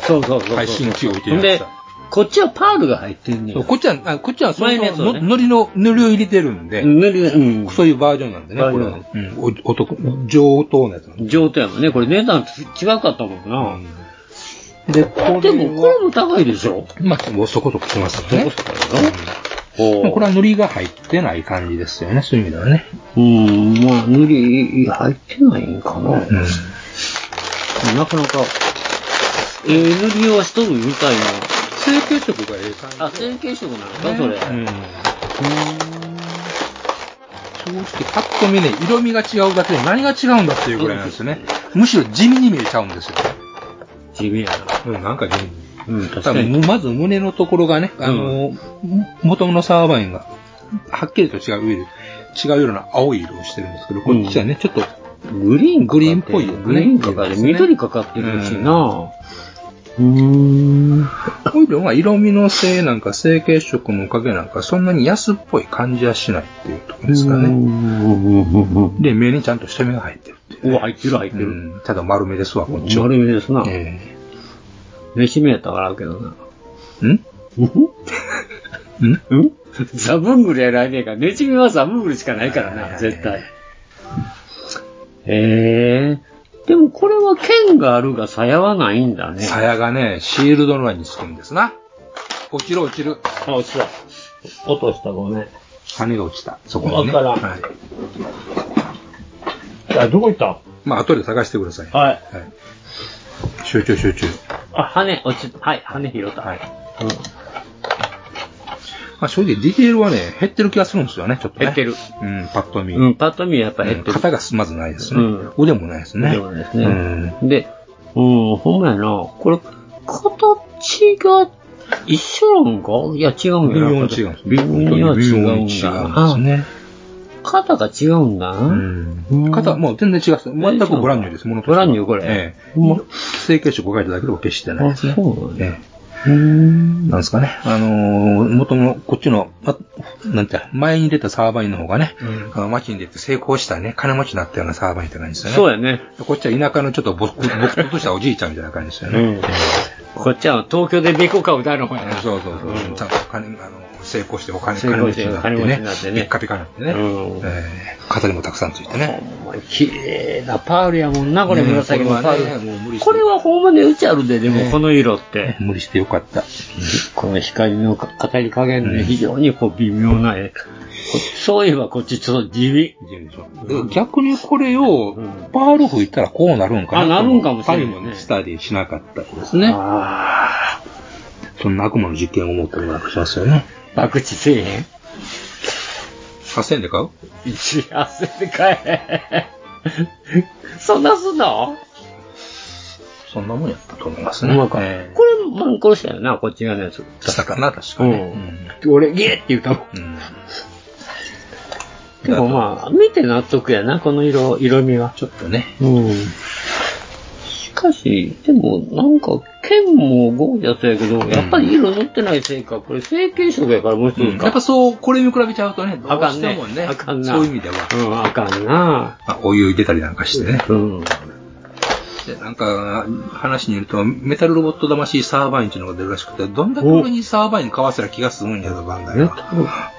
そうそうそうそう。配信機を置いてほみんましでた。、こっちはパールが入ってんねそやうこっちは、あこっちはその、前のやつをのねのりの、塗りを入れてるんで、塗り、うん。そういうバージョンなんでね、バーこれジョはン。うんおお得、上等なやつなんで。上等やもんね。これ値段違うかったもんな。で、こでも、これも高いでしょ。まあ、もうそこそこしますよね。おこれは塗りが入ってない感じですよね、そういう意味ではね。うん、まあ、塗り入ってないんかな。うんなかなか、えー、塗りをしとるみたいな。成形色がええ感あ、成形色なのか、それ。うん。正直、パッと見ね、色味が違うだけで何が違うんだっていうぐらいなんですよね。むしろ地味に見えちゃうんですよ。地味やうん、なんか地味な。うん、確多かに。分、まず胸のところがね、あの、元のサーバインが、はっきりと違う色、違う色の青い色をしてるんですけど、こっちはね、ちょっと、グリーングリーンっぽいよねグリーンかかって、緑かかってるしな。うん。オイルは色味のせいなんか成形色のおかげなんかそんなに安っぽい感じはしないっていうところですかね。で、目にちゃんと下目が入ってるっていううわ、入ってる入ってうる。ん。ただ丸目ですわ、こっちは。丸目ですな。え飯目やったからあるけどな。えんんん ザブングルやないねえから、ネチミはザブングルしかないからな、絶対。へえでもこれは剣があるが、鞘はないんだね。鞘がね、シールドの輪につくんですな。落ちる落ちる。あ、落ちた。落とした、ごめん。羽が落ちた。そこにね。わからんはい。あ、どこ行ったまあ、後で探してください。はい。集中集中。あ、羽、落ちた。はい、羽拾った。はい。まあ、正直ディテールはね、減ってる気がするんですよね、ちょっとね。減ってる。うん、パッと見。うん、パッと見やっぱ減ってる。肩がまずないですね。うん腕もないですね。そうですね。うんで、うん、ほんまやな。これ、形が一緒なんかいや、違うん微やな。妙に違うんです。微妙には違微妙うんに違だ。うんですね。肩が違うんだな。うん肩、もう全然違う。全くブランニューです、ものブランニューこれええほんま。成形色を書いただけでは決してないですね。あそうええなんですかね。あのー、元の、こっちの、あなんて、前に出たサーバインの方がね、あの、街に出て成功したね、金持ちになったようなサーバインって感じですよね。そうやね。こっちは田舎のちょっとぼ く、ぼくとしたおじいちゃんみたいな感じですよね。うんこっちは東京でベコ買うだろ、ほやな。そうそうそう。ちゃんと金、あの、成功してお金、成金功持しちてになっ金持ちてにねなっ。てピねッカピカになってうね。ん。えー肩にもたくさんついてね。ほんま綺麗なパールやもんな、これうん紫のパこれはねもう無ー理ル。してこれはほんまにうちあるで、でもねこの色って。無理してよかった。この光の当たり加減で非常にこう微妙な絵。こそういえばこっちちょっと地味。逆にこれを、パール吹いたらこうなるんかな。あなるんかもしれないねパリもしたりしなかったですね。あそんな悪魔の実験を思ったりもなくしますよね。ー爆地せえへん8000円で買う一安で買え。そんなすんのそんなもんやったと思いますね。うまか。こえれ、マンコロしたよな、こっち側のやつ。ーしたかな、確かうに。ん。俺、ゲーって言ったもん。うんでもまあ、見て納得やな、この色、色味は。ちょっとね。うん。しかし、でも、なんか、剣もゴージャスやけど、やっぱり色塗ってないせいか、これ成形色やからもう一うんつやっぱか。そう、これに比べちゃうとね、どあうかしんてねもね。あかんなそういう意味では。うん、あかんな。まあお湯入れたりなんかしてね。うん。でなんか、話によると、メタルロボット魂サーバインっていうのが出るらしくて、どんだけ俺にサーバイン買わせた気がするんやぞ、バンダイメは。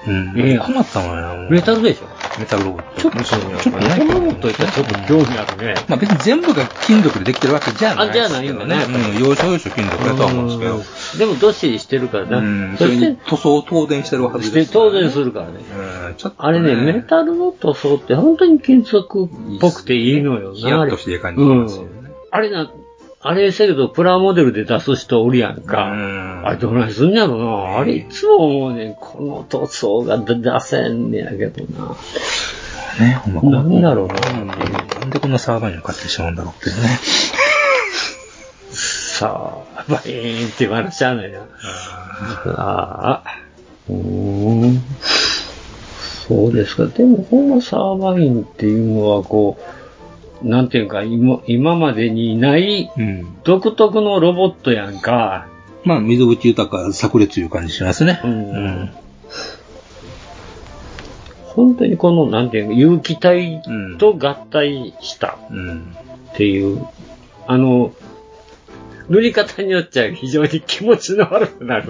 タル、うん。いや困ったもんや、もうメタルでしょメタルロボット。ちょっと、ちょっと、こねのもっといったらちょっと興味あるね。まあ別に全部が金属でできてるわけじゃないあでじゃすないけんだどねね。うん、要所要所金属だとは思うんですすけど。でも、どっしりしてるからけど。うな。ん、そそれしにて、塗装を東電してるはそずしでてすから当然ね。するからね。うん、ちょっと。あれね、メタルの塗装って本当に金属っぽくていいのよな。ヒヤッとしていい感じしますよねうんあれな、あれせけど、プラモデルで出す人おるやんうか。ん。あれどないすんやろな。あれいつも思うねん。この塗装が出せんねやけどな。ね、ほんまなんだろうな。なんでこんなサーバインを買ってしまうんだろうっていうね。さあ、バイーンって言われちゃうのよ。ああ。うーん。そうですか。でも、ほんまサーバインっていうのは、こう、なんていうか、今今までにないうん。独特のロボットやんか。まあ、水口豊か、炸裂いう感じしますね。うんうん。本当にこの、なんていうか、有機体と合体したうん。っていう、あの、塗り方によっちゃ非常に気持ちの悪くなる。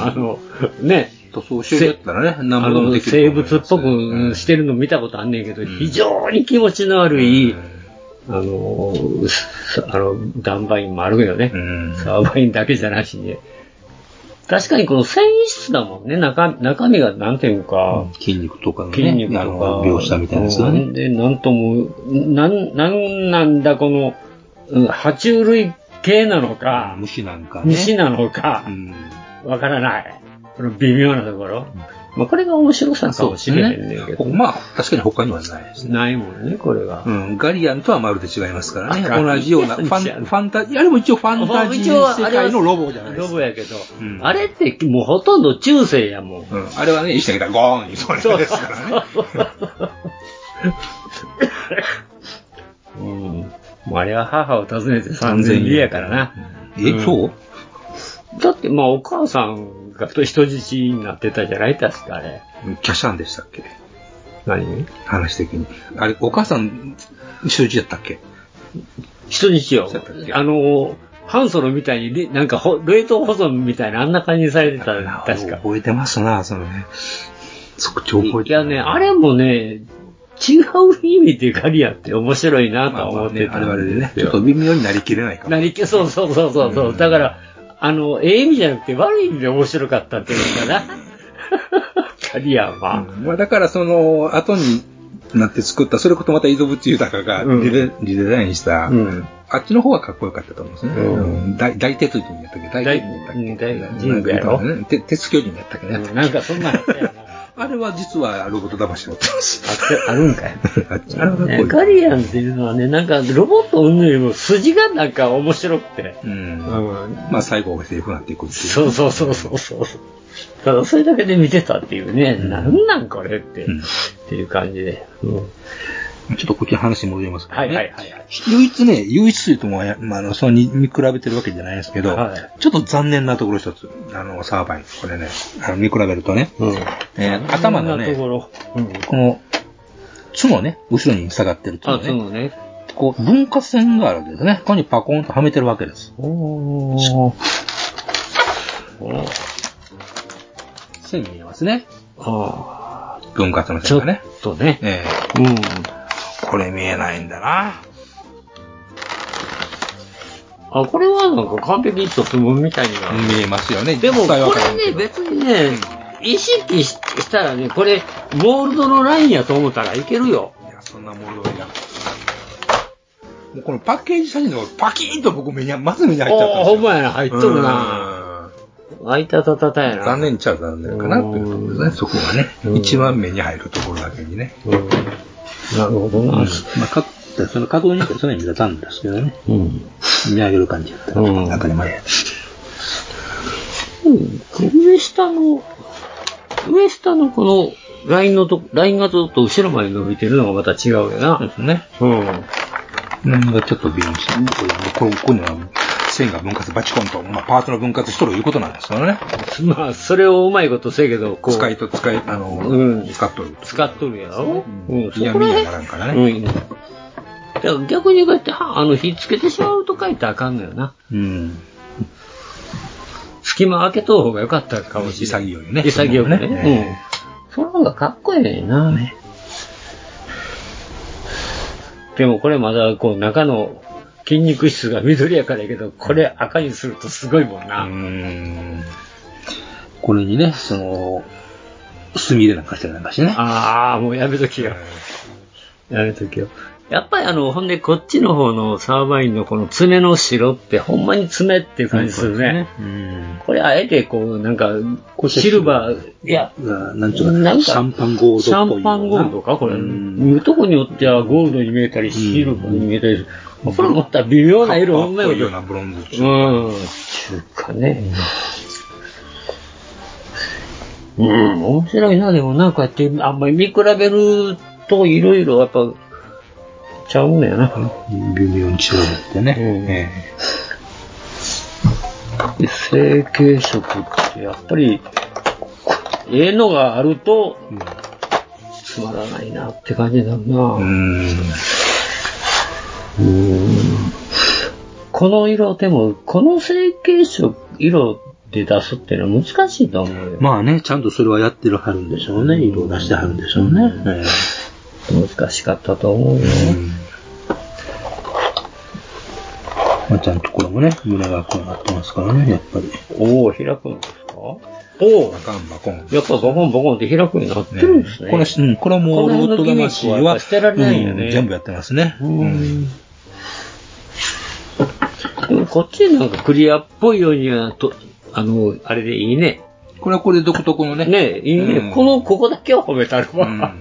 あの、ね。塗装してるやったらね、あなんぼでものできる生物っぽくしてるの見たことあんねんけど、非常に気持ちの悪い、あの、すあの、ダンバインもあるけどね。サーバインだけじゃなしに。確かにこの繊維質だもんね、中、中身がなんていうか、筋肉とかのね、筋肉とかあの描写みたいなやつだうねん。で、なんとも、なん、なんなんだこの、うん爬虫類系なのか、虫なんかね。虫なのか、わからない。この微妙なところ。まあ、これが面白さかもしれないんだけど。まあ、確かに他にはないですね。ないもんね、これが。うん、ガリアンとはまるで違いますからね。あ同じような、ファン、ファンタジー、あれも一応ファンタジー世界のロボじゃないですか。ロボやけど、あれってもうほとんど中世やもん。あれはね、石田がゴーンにそれそうですからね。うん。もうあれは母を訪ねて3000里やからな。えそうだって、まあ、お母さんが人質になってたじゃない確かあれ。キャシャンでしたっけ何話的に。あれ、お母さん、人質だったっけ人質よ。あの、ハンソロみたいに、でなんかほ、冷凍保存みたいな、あんな感じにされてた、確か。覚えてますな、そのね。即興覚えていやね、あれもね、違う意味でガリアって面白いなとは思ってた。あれはあれでね、ちょっと微妙になりきれないかなりき、そうそうそうそうそう。だから、あの、ええ意味じゃなくて悪い意味で面白かったっていうのかな。ガリアは。まあだからその、後になって作った、それこそまたイゾブチユタカがリデ,、リデザインした、あっちの方がかっこよかったと思うんですね。うん大大鉄人やったっけ大鉄人やったっけ大人やろね、て鉄巨人やったっけね。なんかそんな。あれは実はロボット騙しの あるんかい。あっちあれはかっこいねい。ガリアンっていうのはね、なんかロボットうんぬんよりも筋がなんか面白くて。うんまあ最後はセーフになっていくっていう。そうそうそうそうそう。ただそれだけで見てたっていうね、なんなんこれって、っていう感じで。ちょっとこっちの話に戻りますけど、ね。はいはいはい。唯一ね、唯一というとも、まあ、あの、そのに見比べてるわけじゃないですけど、ちょっと残念なところ一つ、あの、サーバイン、これね、あの見比べるとね、えー頭のこんなね、ところ。この、角ね、後ろに下がってる角あね、角ね。こう、分割線があるわけですね。ここにパコンとはめてるわけです。線見えますね。分割の線がね。そうね。ええこれ見えないんだな。あ、これはなんか完璧に一つもみたいには。見えますよね。で実も、こ際はわからんれね、別にね、意識ししたらね、これ、モールドのラインやと思ったらいけるよ。そんなものや。もうこのパッケージ写真のパキーンと僕目に、まず目に入っちゃったんですよ。ほんまやな、入っとるな。あいたたたたやな。残念ちゃう残念かなというところですね、そこがね。一番目に入るところだけにね。なるほどな。まあ、かその角度によってそれは見立たんですけどね。見上げる感じだったら、当たり前や。上下の、上下のこの、ラインのと、ラインがずっと後ろまで伸びてるのがまた違うよな。そうですね。うん。うん、ちょっと微妙ですね。これ、これここには線が分割バチコンと、まあ、パーツの分割しとるいうことなんですよね。まあ、それをうまいことせえけど、こう。使いと使い、あの、うん。使っとる。使っとるやろうん。そこら嫌味には辺ならんからね。うん。だから逆にこうやって、はあの、火つけてしまうと書いてあかんのよな。うん。隙間開けとう方が良かったかもしれない。潔いね潔その方くがねね。うん。その方がかっこいいな。でもこれまだ、こう、中の筋肉質が緑やからやけど、これ赤にするとすごいもんな。うん。これにね、その、墨入れなんかしてなんかしてね。ああ、もうやめときよ。やめときよ。やっぱりあの、ほんでこっちの方のサーバインのこの爪の白ってほんまに爪っていう感じするね。これあえてこう、なんか、シルバー、いや、なんちゅうか、なんかシャンパンゴールシドャっぽいような。ンパンゴールドかこれ。見るとこによってはゴールドに見えたり、シルバーに見えたりする。これまた微妙な色、ほんま濃いようよ。なブロンズ。うん。ちゅうかね。うん、面白いな、でもなんかやって、あんまり見比べるといろいろやっぱ、ちゃうんだよな。微妙に違うってね。えで成形色ってやっぱり、ええのがあると、つまらないなって感じになるな。うん。うん。この色、でも、この成形色、色で出すっていうのは難しいと思うよ。まあね、ちゃんとそれはやってるはるんでしょうね。色を出してはるんでしょうね。ええ難しかったと思うよね。まあ、ちゃんとこれもね、胸がこうなってますからね、やっぱり。おお開くんですかおおバカンバコン。やっぱボコンボコンって開くようになってるんですね。これ、うん、これも、このロ辺ボッのトギミッ魂クはやっは、ぱ捨てられないよねうん全部やってますね。うんでもこっちなんかクリアっぽいようにはと、あの、あれでいいね。これはこれ独特のね。ねいいね、うんこの、ここだけは褒めたるわ。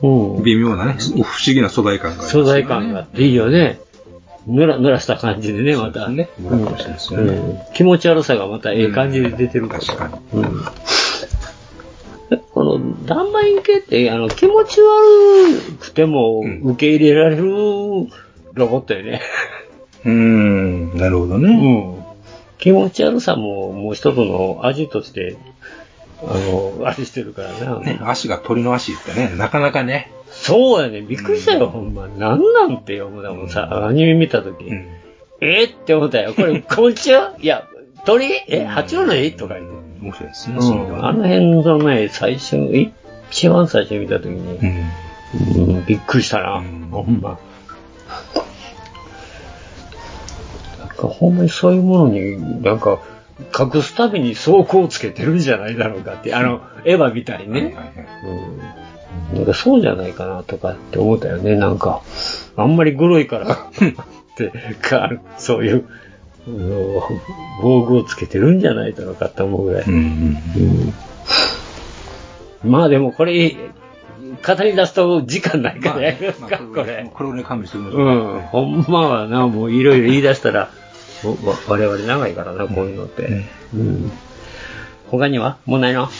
微妙なね、不思議な素材感があります素材感があっていいよね。ぬら、ぬらした感じでね、また。ね。うんかもしれないですよねうん気持ち悪さがまたええ感じで出てるから。うんこの、ダンバイン系って、あの、気持ち悪くても受け入れられるロボットよね。うーん、なるほどね。気持ち悪さも、もう一つの味として、あの、あれしてるからな。ね、足が鳥の足ってね、なかなかね。そうやね、びっくりしたよ、ほんま。なんなんて思うだもんさ、アニメ見たとき、えーって思ったよ。これ、昆虫いや、鳥え、爬虫類とか言って。面白いですね、それうん、はあの辺のね、最初、一番最初に見たときに、うんびっくりしたな、ほんま。なんかほんまにそういうものに、なんか、隠すために装甲をつけてるんじゃないだろうかって、あの、エヴァみたいにね。うんなんかそうじゃないかなとかって思ったよね、なんか。あんまりグロいから、って、か、そういう、あの防具をつけてるんじゃないだろうかって思うぐらい。うんまあでもこれ、語り出すと時間ないからやりますか、これ。これをね、勘弁してください。うん、ほんまはな、もういろいろ言い出したら、おわ我々長いからな、こういうのって。うん。他にはもうないのもう、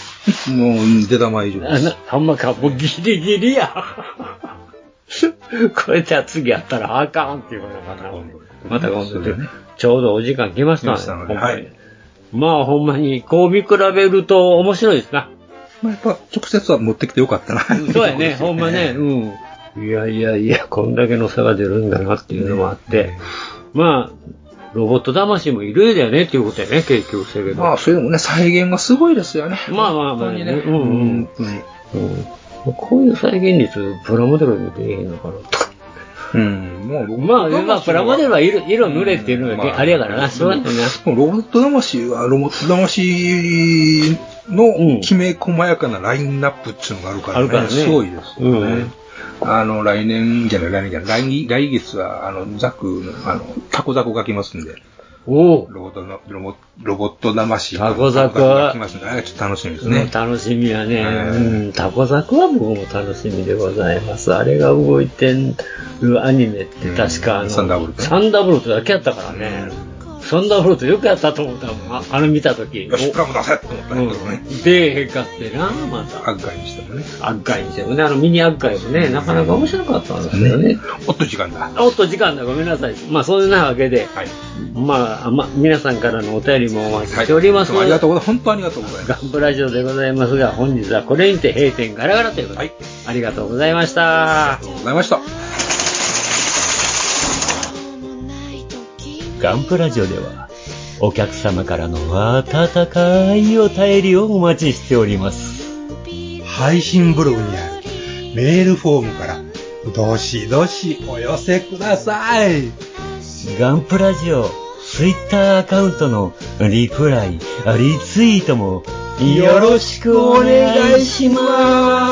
出玉以上あです。なほんまか、もうギリギリや。 これじゃあ次やったらあかんっていうことかな。また今度って、ちょうどお時間来まし来ましたたねの。でほんまにまあほんまに、こう見比べると面白いですな。まあ、やっぱ、直接は持ってきてよかったな。そうやね、ほんまね、うん。いやいやいや、こんだけの差が出るんだなっていうのもあって、まあ、ロボット魂もいるだよねっていうことやね、結局したけど。まあ、それでもね、再現がすごいですよね。まあまあまあ、本当にね、ねうんうん。うんこういう再現率、プラモデルに出てへんのかなとか。うん、もう、まあ、まあ、プラモデルは色色塗れっていうのがね、あれやからな、そうやねんな。もうロボット魂は、ロボット魂のきめ細やかなラインナップっていうのがあるからあね。るからねすごいですよね。うんあの、来年じゃない、来年じゃない、来来月は、あの、ザクの、あの、タコザコが来ますんで。おロボットの、ロボロボット魂のタコザコが来ますんで、あれちょっと楽しみですねね。楽しみやね。はいうん、タコザクは僕も楽しみでございます。あれが動いてるアニメって確かあの、サンダーボルトサンダーボルトだけやったからね。サンダーボルトよくやったと思ったもん。ああの見たとき。よし、プラモ出せと思ったんだけどね。で、へんかってな、また。アッガイにしてもね。アッガイにしてもね、あのミニアッガイもね、なかなか面白かったんですけどね。おっと時間だ。おっと、時間だ。ごめんなさい。まあ、そんなわけで、まあ、まあ、皆さんからのお便りもお待ちしております。はいありがとうございます。本当にありがとうございます。ガンプラジオでございますが、本日はこれにて閉店ガラガラということで、ありがとうございました。ありがとうございました。ガンプラジオではお客様からの温かいお便りをお待ちしております。配信ブログにあるメールフォームから、どしどしお寄せください。ガンプラジオツイッターアカウントのリプライ、リツイートもよろしくお願いします。します。